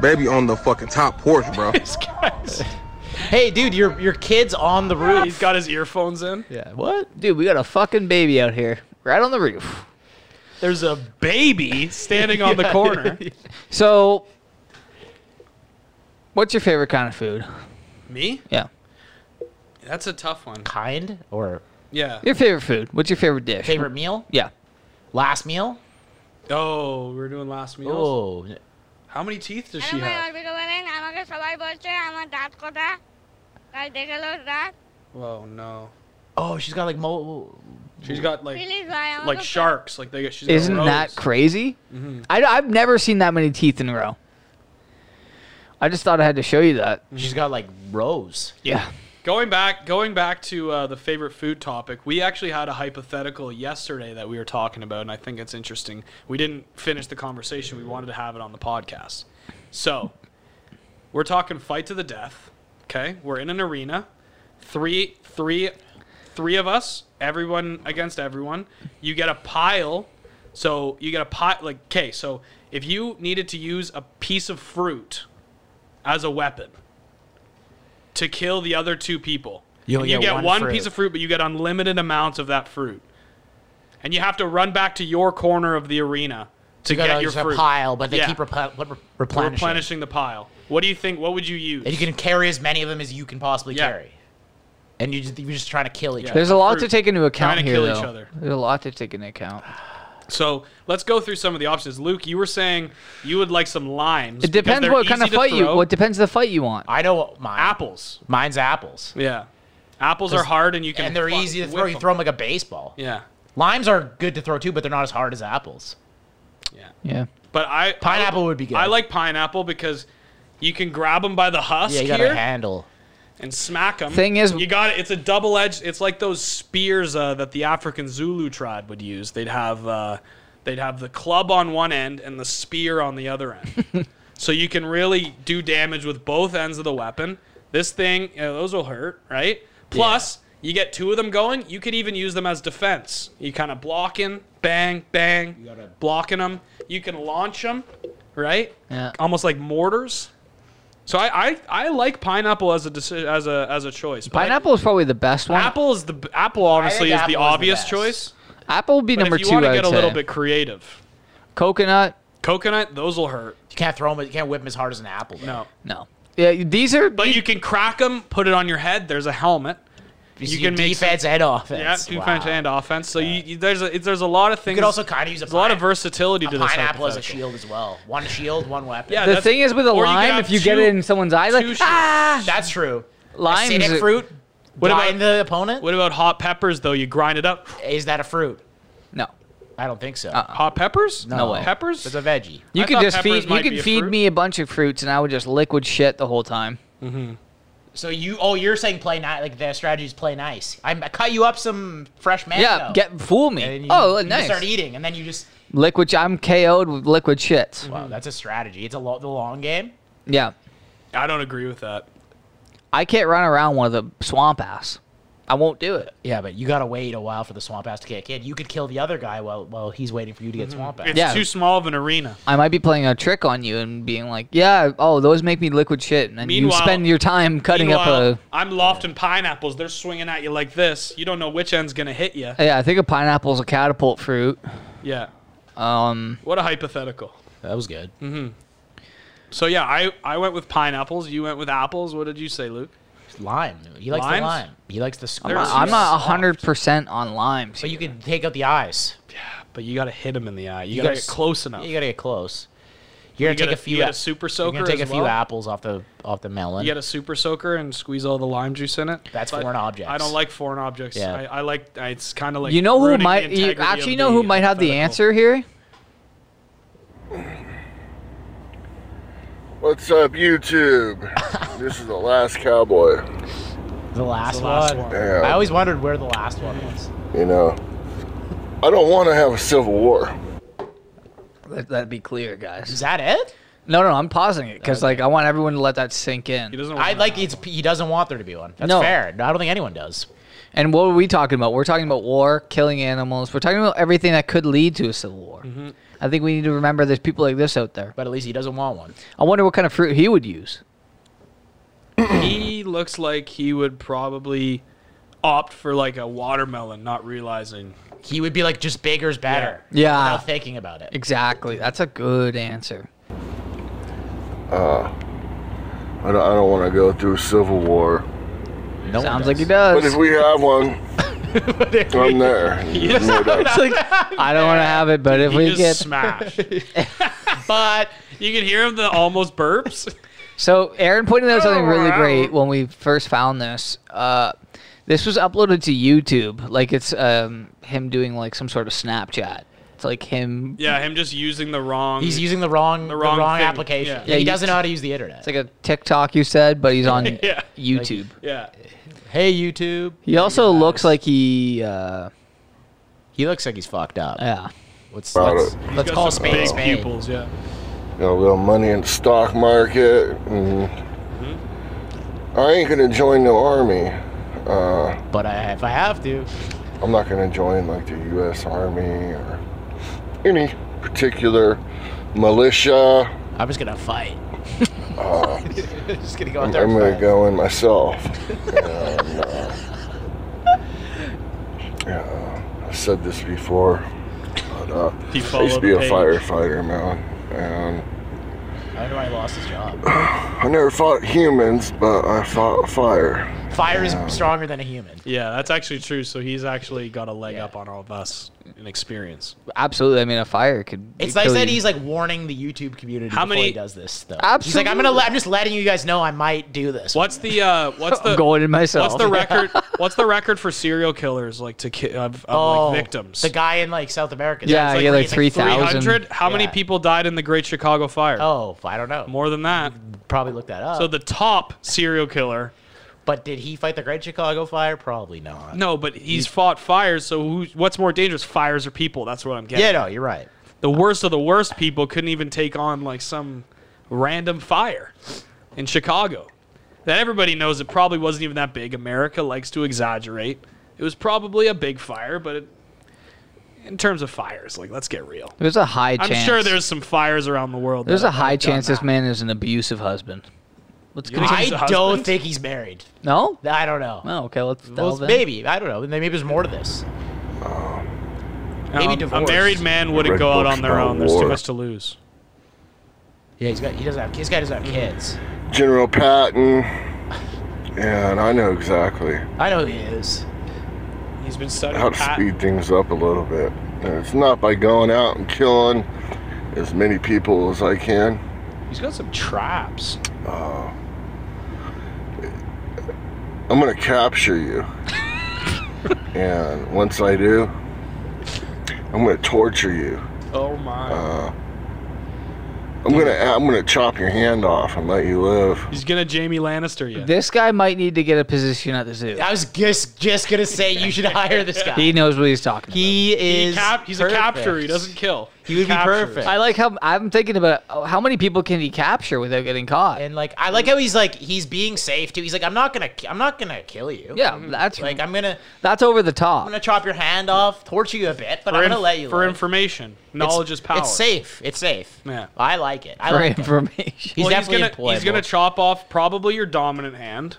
[SPEAKER 5] Baby on the fucking top porch, bro.
[SPEAKER 1] This guy's-
[SPEAKER 3] Hey, dude, your your kid's on the
[SPEAKER 1] he's
[SPEAKER 3] roof.
[SPEAKER 1] got his earphones in.
[SPEAKER 2] Yeah. What? Dude, we got a fucking baby out here, right on the roof.
[SPEAKER 1] There's a baby standing on the corner.
[SPEAKER 2] So, what's your favorite kind of food?
[SPEAKER 1] Me?
[SPEAKER 2] Yeah.
[SPEAKER 1] That's a tough one.
[SPEAKER 3] Kind or
[SPEAKER 1] Yeah.
[SPEAKER 2] Your favorite food. What's your favorite dish?
[SPEAKER 3] favorite meal?
[SPEAKER 2] Yeah.
[SPEAKER 3] Last meal?
[SPEAKER 1] Oh, we we're doing last meals.
[SPEAKER 3] Oh,
[SPEAKER 1] How many teeth does she
[SPEAKER 7] Hello, my
[SPEAKER 1] have?
[SPEAKER 7] orbital wedding. আমাকে সবাই বলছে আমার দাঁত কোথা তাই দেখে লো দাঁত
[SPEAKER 1] Whoa, no.
[SPEAKER 3] oh, she's got like mo.
[SPEAKER 1] She's got like
[SPEAKER 7] please ভাই আমাকে
[SPEAKER 1] like sharks. Like they got. She's got
[SPEAKER 2] Isn't
[SPEAKER 1] rows.
[SPEAKER 2] that crazy?
[SPEAKER 1] Mm-hmm.
[SPEAKER 2] I, have never seen that many teeth in a row. I just thought I had to show you that.
[SPEAKER 3] She's got like rows.
[SPEAKER 2] Yeah.
[SPEAKER 1] Going back, going back to uh, the favorite food topic, we actually had a hypothetical yesterday that we were talking about, and I think it's interesting. We didn't finish the conversation; we wanted to have it on the podcast. So, we're talking fight to the death. Okay, we're in an arena, three, three, three of us, everyone against everyone. You get a pile, so you get a pile. Like, okay, so if you needed to use a piece of fruit as a weapon to kill the other two people.
[SPEAKER 3] You
[SPEAKER 1] And
[SPEAKER 3] only
[SPEAKER 1] you
[SPEAKER 3] get
[SPEAKER 1] get
[SPEAKER 3] one
[SPEAKER 1] one,
[SPEAKER 3] fruit.
[SPEAKER 1] piece of fruit, but you get unlimited amounts of that fruit. And you have to run back to your corner of the arena to
[SPEAKER 3] You got
[SPEAKER 1] get
[SPEAKER 3] a-
[SPEAKER 1] your
[SPEAKER 3] just a
[SPEAKER 1] fruit.
[SPEAKER 3] pile, but they
[SPEAKER 1] Yeah.
[SPEAKER 3] keep repl- repl-
[SPEAKER 1] We're
[SPEAKER 3] replenishing.
[SPEAKER 1] replenishing the pile. What do you think? What would you use?
[SPEAKER 3] And you can carry as many of them as you can possibly
[SPEAKER 1] Yeah.
[SPEAKER 3] carry. And you just, you're just trying to kill each
[SPEAKER 1] Yeah.
[SPEAKER 3] other.
[SPEAKER 2] There's a lot to
[SPEAKER 1] Fruit.
[SPEAKER 2] take into account
[SPEAKER 1] Trying to
[SPEAKER 2] here,
[SPEAKER 1] kill each
[SPEAKER 2] though.
[SPEAKER 1] other.
[SPEAKER 2] There's a lot to take into account.
[SPEAKER 1] so let's go through some of the options. Luke, you were saying you would like some limes.
[SPEAKER 2] It
[SPEAKER 1] because
[SPEAKER 2] depends
[SPEAKER 1] they're
[SPEAKER 2] what kind
[SPEAKER 1] easy
[SPEAKER 2] of
[SPEAKER 1] to
[SPEAKER 2] fight you.
[SPEAKER 1] throw.
[SPEAKER 2] What depends the fight you want.
[SPEAKER 3] I know what mine.
[SPEAKER 1] apples?
[SPEAKER 3] Mine's apples.
[SPEAKER 1] Yeah, apples are hard, and you can
[SPEAKER 3] And they're
[SPEAKER 1] fuck-
[SPEAKER 3] easy to
[SPEAKER 1] whip
[SPEAKER 3] throw. You
[SPEAKER 1] them.
[SPEAKER 3] throw them like a baseball.
[SPEAKER 1] Yeah,
[SPEAKER 3] Limes are good to throw too, but they're not as hard as apples.
[SPEAKER 1] yeah.
[SPEAKER 2] Yeah.
[SPEAKER 1] But I
[SPEAKER 3] Pineapple
[SPEAKER 1] I-
[SPEAKER 3] would be good.
[SPEAKER 1] I like pineapple because you can grab them by the husk
[SPEAKER 3] Yeah, you got
[SPEAKER 1] here
[SPEAKER 3] a handle.
[SPEAKER 1] and smack them.
[SPEAKER 2] Thing is-
[SPEAKER 1] you got it. It's a double edged. It's like those spears uh, that the African Zulu tribe would use. They'd have uh, they'd have the club on one end and the spear on the other end. so you can really do damage with both ends of the weapon. This thing, you know, those will hurt, right? Plus. You get two of them going. You could even use them as defense. You kind of blocking, bang, bang, blocking them. You can launch them, right?
[SPEAKER 2] Yeah.
[SPEAKER 1] almost like mortars. So I, I, I like pineapple as a deci- as a as a choice. but
[SPEAKER 2] Pineapple is probably the best
[SPEAKER 1] I-
[SPEAKER 2] one.
[SPEAKER 1] apple is the apple honestly is
[SPEAKER 3] apple is
[SPEAKER 1] the
[SPEAKER 3] the
[SPEAKER 1] obvious
[SPEAKER 3] best.
[SPEAKER 1] choice.
[SPEAKER 2] Apple would be
[SPEAKER 1] But
[SPEAKER 2] number
[SPEAKER 1] if you
[SPEAKER 2] two.
[SPEAKER 1] want to
[SPEAKER 2] I
[SPEAKER 1] get
[SPEAKER 2] would
[SPEAKER 1] a little
[SPEAKER 2] say.
[SPEAKER 1] bit creative,
[SPEAKER 2] Coconut.
[SPEAKER 1] coconut those will hurt.
[SPEAKER 3] You can't throw them. You can't whip them as hard as an apple. Though.
[SPEAKER 1] No,
[SPEAKER 2] No. Yeah, these are.
[SPEAKER 1] but you can crack them, put it on your head. There's a helmet.
[SPEAKER 3] Because
[SPEAKER 1] You
[SPEAKER 3] you,
[SPEAKER 1] can
[SPEAKER 3] can
[SPEAKER 1] make some-
[SPEAKER 3] defense and
[SPEAKER 1] Yeah,
[SPEAKER 3] offense.
[SPEAKER 1] defense
[SPEAKER 3] Wow.
[SPEAKER 1] and offense. So you, you, there's a, it- there's a lot of things.
[SPEAKER 3] You could also kind of use a,
[SPEAKER 1] there's a lot of
[SPEAKER 3] pine-
[SPEAKER 1] versatility to
[SPEAKER 3] a
[SPEAKER 1] this.
[SPEAKER 3] pineapple as a
[SPEAKER 1] hypothetical.
[SPEAKER 3] shield as well. One shield, one weapon.
[SPEAKER 1] Yeah,
[SPEAKER 2] the
[SPEAKER 1] that's-
[SPEAKER 2] thing is with a
[SPEAKER 1] or you could
[SPEAKER 2] lime,
[SPEAKER 1] have
[SPEAKER 2] if you get
[SPEAKER 1] two-
[SPEAKER 2] it in someone's eye, like
[SPEAKER 1] two shields.
[SPEAKER 2] ah,
[SPEAKER 3] that's true.
[SPEAKER 2] limes.
[SPEAKER 3] Acidic
[SPEAKER 2] are-
[SPEAKER 3] fruit.
[SPEAKER 1] What about-
[SPEAKER 3] blind the opponent?
[SPEAKER 1] What about hot peppers though? You grind it up.
[SPEAKER 3] Is that a fruit?
[SPEAKER 2] No.
[SPEAKER 3] I don't think so.
[SPEAKER 2] Uh-uh.
[SPEAKER 1] Hot peppers?
[SPEAKER 2] No way.
[SPEAKER 1] Peppers?
[SPEAKER 3] It's a veggie.
[SPEAKER 2] You
[SPEAKER 1] I
[SPEAKER 2] could
[SPEAKER 1] thought
[SPEAKER 2] just
[SPEAKER 1] peppers
[SPEAKER 2] feed. You
[SPEAKER 1] might be
[SPEAKER 2] could
[SPEAKER 1] a
[SPEAKER 2] feed
[SPEAKER 1] fruit.
[SPEAKER 2] me a bunch of fruits, and I would just liquid shit the whole time.
[SPEAKER 3] So you, oh, you're saying play nice? Like the strategy is play nice. I'm, I cut you up some fresh mango.
[SPEAKER 2] yeah, get fool me.
[SPEAKER 3] And you,
[SPEAKER 2] oh,
[SPEAKER 3] you
[SPEAKER 2] nice.
[SPEAKER 3] Start eating, and then you just.
[SPEAKER 2] Liquid. I'm KO'd with liquid shits.
[SPEAKER 3] Wow, that's a strategy. It's a lo- the long game.
[SPEAKER 2] Yeah,
[SPEAKER 1] I don't agree with that.
[SPEAKER 2] I can't run around with a swamp ass. I won't do it.
[SPEAKER 3] Yeah, but you gotta wait a while for the swamp ass to get kid. You could kill the other guy while while he's waiting for you to get swamp ass.
[SPEAKER 1] It's
[SPEAKER 2] Yeah.
[SPEAKER 1] too small of an arena.
[SPEAKER 2] I might be playing a trick on you and being like, "Yeah, oh, those make me liquid shit," and then you
[SPEAKER 1] Meanwhile-
[SPEAKER 2] spend your time cutting up
[SPEAKER 1] Meanwhile,
[SPEAKER 2] a.
[SPEAKER 1] I'm lofting pineapples. They're swinging at you like this. You don't know which end's gonna hit you.
[SPEAKER 2] Yeah, I think a pineapple's a catapult fruit.
[SPEAKER 1] Yeah.
[SPEAKER 2] Um,
[SPEAKER 1] What a hypothetical.
[SPEAKER 3] That was good.
[SPEAKER 1] So yeah, I, I went with pineapples. You went with apples. What did you say, Luke?
[SPEAKER 3] Lime. He likes
[SPEAKER 1] Limes?
[SPEAKER 3] the lime. He likes the square.
[SPEAKER 1] They're
[SPEAKER 2] I- I'm not hundred percent on limes.
[SPEAKER 3] But you can take out the eyes.
[SPEAKER 1] But you gotta hit him in the eye. You,
[SPEAKER 3] You
[SPEAKER 1] gotta,
[SPEAKER 3] gotta
[SPEAKER 1] get
[SPEAKER 3] s-
[SPEAKER 1] close enough.
[SPEAKER 3] You gotta get close. You're
[SPEAKER 1] Oh.
[SPEAKER 3] gonna
[SPEAKER 1] You
[SPEAKER 3] take
[SPEAKER 1] get
[SPEAKER 3] a few.
[SPEAKER 1] You get
[SPEAKER 3] a-
[SPEAKER 1] a super
[SPEAKER 3] You're
[SPEAKER 1] soaker.
[SPEAKER 3] gonna take a
[SPEAKER 1] as
[SPEAKER 3] few
[SPEAKER 1] well.
[SPEAKER 3] apples off the off the melon.
[SPEAKER 1] You get a super soaker and squeeze all the lime juice in it.
[SPEAKER 3] That's
[SPEAKER 1] But
[SPEAKER 3] foreign objects.
[SPEAKER 1] I don't like foreign objects.
[SPEAKER 3] Yeah.
[SPEAKER 1] I, I like. I, it's kind of like.
[SPEAKER 2] you know who
[SPEAKER 1] ruining the
[SPEAKER 2] might you
[SPEAKER 1] integrity of
[SPEAKER 2] actually know who
[SPEAKER 1] the
[SPEAKER 2] might have the
[SPEAKER 1] hypothetical.
[SPEAKER 2] answer here?
[SPEAKER 6] What's up, YouTube? this is the last cowboy.
[SPEAKER 3] the last,
[SPEAKER 1] The last
[SPEAKER 3] one.
[SPEAKER 1] one.
[SPEAKER 6] Damn.
[SPEAKER 3] I always wondered where the last one was.
[SPEAKER 6] you know, I don't want to have a civil war.
[SPEAKER 2] Let that be clear, guys.
[SPEAKER 3] Is that it?
[SPEAKER 2] No, no, I'm pausing it because like I want everyone to let that sink
[SPEAKER 1] He
[SPEAKER 2] in.
[SPEAKER 1] doesn't.
[SPEAKER 3] I
[SPEAKER 1] want
[SPEAKER 3] like
[SPEAKER 1] that.
[SPEAKER 3] it's. He doesn't want there to be one. That's
[SPEAKER 2] No.
[SPEAKER 3] fair. I don't think anyone does.
[SPEAKER 2] And what are we talking about? We're talking about war, killing animals. We're talking about everything that could lead to a civil war. I think we need to remember there's people like this out there.
[SPEAKER 3] But at least he doesn't want one.
[SPEAKER 2] I wonder what kind of fruit he would use.
[SPEAKER 1] He looks like he would probably opt for like a watermelon, not realizing.
[SPEAKER 3] He would be like, just bigger's better.
[SPEAKER 2] Yeah.
[SPEAKER 3] Without thinking about it.
[SPEAKER 2] Exactly. That's a good answer.
[SPEAKER 6] I don't, I don't want to go through a civil war.
[SPEAKER 3] No one
[SPEAKER 2] Sounds like he
[SPEAKER 3] does.
[SPEAKER 6] But if
[SPEAKER 2] does.
[SPEAKER 6] we have one, I'm there. No doubt.
[SPEAKER 2] It's like, I don't want to have it, but if
[SPEAKER 1] He
[SPEAKER 2] we
[SPEAKER 1] just
[SPEAKER 2] get
[SPEAKER 1] smashed.
[SPEAKER 3] But
[SPEAKER 1] you can hear him the almost burps.
[SPEAKER 2] So Aaron pointed out something really great when we first found this. Uh, this was uploaded to YouTube, like it's um, him doing like some sort of Snapchat. It's like him.
[SPEAKER 1] Yeah, him just using the wrong.
[SPEAKER 3] he's using the wrong the wrong,
[SPEAKER 1] Mm. wrong thing.
[SPEAKER 3] application.
[SPEAKER 1] Yeah.
[SPEAKER 2] Yeah,
[SPEAKER 3] he
[SPEAKER 2] you-
[SPEAKER 3] doesn't know how to use the internet.
[SPEAKER 2] It's like a TikTok you said, but he's on
[SPEAKER 1] Yeah.
[SPEAKER 2] YouTube.
[SPEAKER 1] Yeah.
[SPEAKER 3] hey YouTube.
[SPEAKER 2] He also looks like he. Uh,
[SPEAKER 3] He looks like he's fucked up.
[SPEAKER 2] yeah.
[SPEAKER 3] Let's
[SPEAKER 6] About
[SPEAKER 3] let's,
[SPEAKER 6] it.
[SPEAKER 3] let's
[SPEAKER 1] Got
[SPEAKER 3] call
[SPEAKER 1] some
[SPEAKER 3] spade a
[SPEAKER 1] big
[SPEAKER 3] spade.
[SPEAKER 1] pupils. Yeah.
[SPEAKER 6] You know, a little money in the stock market. And
[SPEAKER 1] Mm-hmm.
[SPEAKER 6] I ain't gonna join the army. Uh,
[SPEAKER 3] But I, if I have to,
[SPEAKER 6] I'm not gonna join like the U.S. Army or any particular
[SPEAKER 1] Oh,
[SPEAKER 6] militia.
[SPEAKER 3] I'm just gonna fight. just gonna go out
[SPEAKER 6] I'm
[SPEAKER 3] there. and
[SPEAKER 6] gonna
[SPEAKER 3] fight.
[SPEAKER 6] go in myself. and, uh, yeah, I've said this before, but uh,
[SPEAKER 1] He
[SPEAKER 6] I used to
[SPEAKER 1] followed
[SPEAKER 6] be a
[SPEAKER 1] Paige.
[SPEAKER 6] firefighter, man, and
[SPEAKER 3] I wonder why he lost his job.
[SPEAKER 6] I never fought humans, but I fought fire.
[SPEAKER 3] Fire is stronger than a human.
[SPEAKER 1] Yeah, that's actually true. So he's actually got a leg up on all of us in experience.
[SPEAKER 2] Absolutely. I mean, a fire could.
[SPEAKER 3] It's
[SPEAKER 2] kill
[SPEAKER 3] like I said,
[SPEAKER 2] you.
[SPEAKER 3] he's like warning the YouTube community
[SPEAKER 1] How
[SPEAKER 3] before he
[SPEAKER 1] many-
[SPEAKER 3] does this though. He's like,
[SPEAKER 2] Absolutely.
[SPEAKER 3] I'm gonna, let- I'm just letting you guys know I might do this.
[SPEAKER 1] What's the uh, what's the
[SPEAKER 2] I'm going in myself.
[SPEAKER 1] what's the record? what's the record for serial killers like to ki- of, of like victims?
[SPEAKER 3] Oh, The guy in like South America.
[SPEAKER 2] Yeah,
[SPEAKER 3] It's
[SPEAKER 2] yeah, like
[SPEAKER 3] it's
[SPEAKER 2] 3,000.
[SPEAKER 1] 300? How many
[SPEAKER 3] Yeah.
[SPEAKER 1] people died in the Great Chicago Fire?
[SPEAKER 3] Oh, I don't know.
[SPEAKER 1] More than that.
[SPEAKER 3] Probably look that up.
[SPEAKER 1] So the top serial killer.
[SPEAKER 3] but did he fight the Great Chicago Fire? Probably not.
[SPEAKER 1] No, but he's fought fires. So who, what's more dangerous, fires or people? That's what I'm getting.
[SPEAKER 3] Yeah, no, you're right.
[SPEAKER 1] The worst of the worst people couldn't even take on like some random fire in Chicago. That everybody knows it probably wasn't even that big. America likes to exaggerate. It was probably a big fire, but it, in terms of fires, like let's get real.
[SPEAKER 2] There's a high chance.
[SPEAKER 1] I'm sure there's some fires around the world.
[SPEAKER 2] There's
[SPEAKER 1] that
[SPEAKER 2] a
[SPEAKER 1] have
[SPEAKER 2] high
[SPEAKER 1] done
[SPEAKER 2] chance this
[SPEAKER 1] that.
[SPEAKER 2] man is an abusive husband. Let's
[SPEAKER 1] You think
[SPEAKER 2] continue.
[SPEAKER 1] he's a
[SPEAKER 3] I don't
[SPEAKER 1] husband?
[SPEAKER 3] think he's married.
[SPEAKER 2] No.
[SPEAKER 3] I don't know.
[SPEAKER 2] Oh, okay. Let's
[SPEAKER 3] Well,
[SPEAKER 2] delve in.
[SPEAKER 3] maybe I don't know. Maybe there's more to this.
[SPEAKER 1] Um,
[SPEAKER 3] maybe
[SPEAKER 1] a
[SPEAKER 3] divorced.
[SPEAKER 1] married man wouldn't
[SPEAKER 6] Red
[SPEAKER 1] go out
[SPEAKER 6] books
[SPEAKER 1] on their
[SPEAKER 6] about
[SPEAKER 1] own. There's
[SPEAKER 6] war.
[SPEAKER 1] too much to lose.
[SPEAKER 3] Yeah, he's got. He doesn't have. This guy doesn't have
[SPEAKER 1] Mm-hmm.
[SPEAKER 3] kids.
[SPEAKER 6] General Patton, and I know exactly
[SPEAKER 3] I know who he is.
[SPEAKER 1] He's been studying.
[SPEAKER 6] how to
[SPEAKER 1] Pat-
[SPEAKER 6] speed things up a little bit. And it's not by going out and killing as many people as I can.
[SPEAKER 1] He's got some traps.
[SPEAKER 6] I'm gonna capture you. and once I do, I'm gonna torture you.
[SPEAKER 1] Oh my.
[SPEAKER 6] I'm gonna I'm gonna chop your hand off and let you live.
[SPEAKER 1] He's gonna Jamie Lannister you.
[SPEAKER 2] This guy might need to get a position at the zoo.
[SPEAKER 3] I was just just gonna say you should hire this guy.
[SPEAKER 2] He knows what he's talking
[SPEAKER 3] He
[SPEAKER 1] He
[SPEAKER 3] is.
[SPEAKER 1] cap- he's
[SPEAKER 3] perfect.
[SPEAKER 1] a capturer. He doesn't kill.
[SPEAKER 3] He would be
[SPEAKER 1] Captures.
[SPEAKER 3] perfect.
[SPEAKER 2] about. I like how I'm thinking about oh, how many people can he capture without getting caught.
[SPEAKER 3] And like, I like how he's like, he's being safe too. He's like, I'm not gonna, I'm not gonna kill you.
[SPEAKER 2] yeah, that's
[SPEAKER 3] Like, I'm gonna,
[SPEAKER 2] that's over the
[SPEAKER 3] I'm
[SPEAKER 2] top.
[SPEAKER 3] gonna chop your hand off, torture you a bit, but
[SPEAKER 1] For,
[SPEAKER 3] I'm
[SPEAKER 1] inf-
[SPEAKER 3] gonna let you.
[SPEAKER 1] for
[SPEAKER 3] live.
[SPEAKER 1] information,
[SPEAKER 3] It's-
[SPEAKER 1] knowledge is power.
[SPEAKER 3] It's safe. It's safe.
[SPEAKER 1] Yeah.
[SPEAKER 3] I like it. I
[SPEAKER 2] For
[SPEAKER 3] like it.
[SPEAKER 2] information.
[SPEAKER 3] He's
[SPEAKER 1] Well,
[SPEAKER 3] definitely
[SPEAKER 1] he's gonna, he's gonna
[SPEAKER 3] employable.
[SPEAKER 1] chop off probably your dominant hand,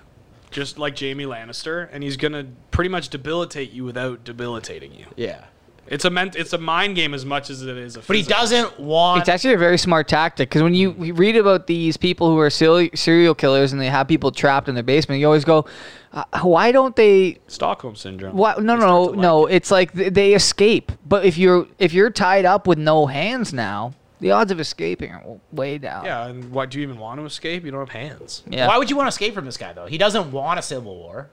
[SPEAKER 1] just like Jamie Lannister, and he's gonna pretty much debilitate you without debilitating you.
[SPEAKER 3] Yeah.
[SPEAKER 1] It's a ment- it's a mind game as much as it is a.
[SPEAKER 3] But he
[SPEAKER 1] physical-
[SPEAKER 3] doesn't want.
[SPEAKER 2] It's actually a very smart tactic because when you we read about these people who are serial, serial killers and they have people trapped in their basement, you always go, uh, why don't they
[SPEAKER 1] Stockholm syndrome.
[SPEAKER 2] What? No,
[SPEAKER 1] They
[SPEAKER 2] no, no,
[SPEAKER 1] start to
[SPEAKER 2] no.
[SPEAKER 1] like
[SPEAKER 2] It's like th- they escape. But if you're if you're tied up with no hands now, the odds of escaping are w- way down.
[SPEAKER 1] it. Yeah, and why do you even want to escape? You don't have hands.
[SPEAKER 2] Yeah.
[SPEAKER 3] Why would you want to escape from this guy though? He doesn't want a civil war.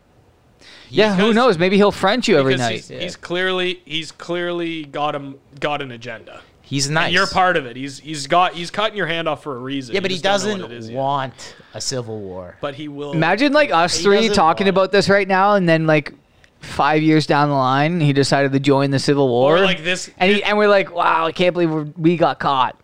[SPEAKER 2] yeah. Who
[SPEAKER 1] because-
[SPEAKER 2] knows? Maybe he'll friend you every
[SPEAKER 1] Because
[SPEAKER 2] night.
[SPEAKER 1] He's, he's clearly he's clearly got him got an agenda.
[SPEAKER 3] He's nice.
[SPEAKER 1] And you're part of it. He's he's got he's cutting your hand off for a reason.
[SPEAKER 3] Yeah, but
[SPEAKER 1] You
[SPEAKER 3] he
[SPEAKER 1] just don't know
[SPEAKER 3] doesn't
[SPEAKER 1] what it is yet.
[SPEAKER 3] want a civil war.
[SPEAKER 1] But he will.
[SPEAKER 2] Imagine like us
[SPEAKER 3] He
[SPEAKER 2] three
[SPEAKER 3] doesn't
[SPEAKER 2] talking
[SPEAKER 3] want-
[SPEAKER 2] about this right now, and then like five years down the line, he decided to join the Civil War.
[SPEAKER 1] Or like this-
[SPEAKER 2] and, he, and we're like, wow, I can't believe we're, we got caught.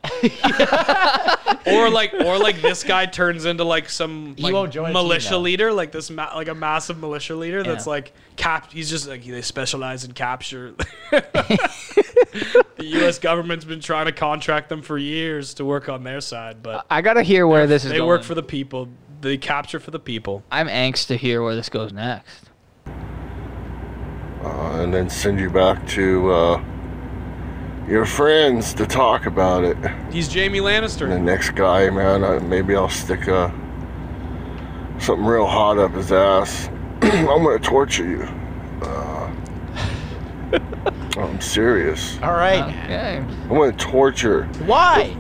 [SPEAKER 1] or like or like this guy turns into like some like,
[SPEAKER 3] won't join a team,
[SPEAKER 1] militia
[SPEAKER 3] though.
[SPEAKER 1] leader like this ma- like a massive militia leader that's
[SPEAKER 2] Yeah.
[SPEAKER 1] like cap he's just like they specialize in capture the US government's been trying to contract them for years to work on their side
[SPEAKER 3] Uh,
[SPEAKER 1] but
[SPEAKER 2] I gotta hear where this is
[SPEAKER 1] they
[SPEAKER 2] going.
[SPEAKER 1] work for the people they capture for the people
[SPEAKER 2] I'm anxious to hear where this goes next.
[SPEAKER 6] uh, and then send you back to uh, your friends to talk about it.
[SPEAKER 1] he's Jamie
[SPEAKER 6] And the
[SPEAKER 1] Lannister
[SPEAKER 6] next guy, man, I, maybe I'll stick uh, something real hot up his ass. I'm gonna torture you. Uh, I'm serious.
[SPEAKER 3] All right.
[SPEAKER 2] Okay.
[SPEAKER 6] I'm gonna torture
[SPEAKER 1] um,
[SPEAKER 3] Why?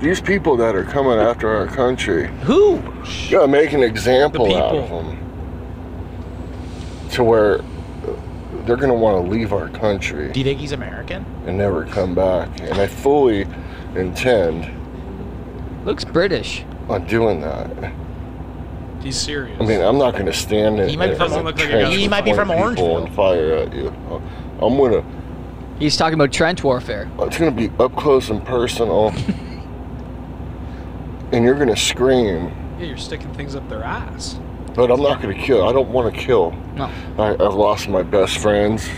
[SPEAKER 6] these people that are coming after our country.
[SPEAKER 3] Who?
[SPEAKER 6] You gotta make an example out of
[SPEAKER 1] people.
[SPEAKER 6] them to where they're gonna want to leave our country
[SPEAKER 3] Do you think he's American?
[SPEAKER 6] and never come back. And I fully intend
[SPEAKER 2] Looks British.
[SPEAKER 6] on doing that.
[SPEAKER 1] he's serious
[SPEAKER 6] I mean, uh, I'm not going to stand in
[SPEAKER 3] He might be
[SPEAKER 6] in
[SPEAKER 3] from-
[SPEAKER 6] a
[SPEAKER 1] doesn't look like a
[SPEAKER 6] trench
[SPEAKER 1] guy.
[SPEAKER 3] He
[SPEAKER 6] with
[SPEAKER 3] might be
[SPEAKER 6] 20
[SPEAKER 3] from
[SPEAKER 6] people
[SPEAKER 3] Orangeville.
[SPEAKER 6] And fire at you. I'm gonna.
[SPEAKER 2] He's talking about trench warfare.
[SPEAKER 6] It's gonna be up close and personal. and you're gonna scream,
[SPEAKER 1] yeah, you're sticking things up their ass
[SPEAKER 6] but I'm not gonna kill. I don't want to kill.
[SPEAKER 2] No.
[SPEAKER 6] I, I've lost my best friends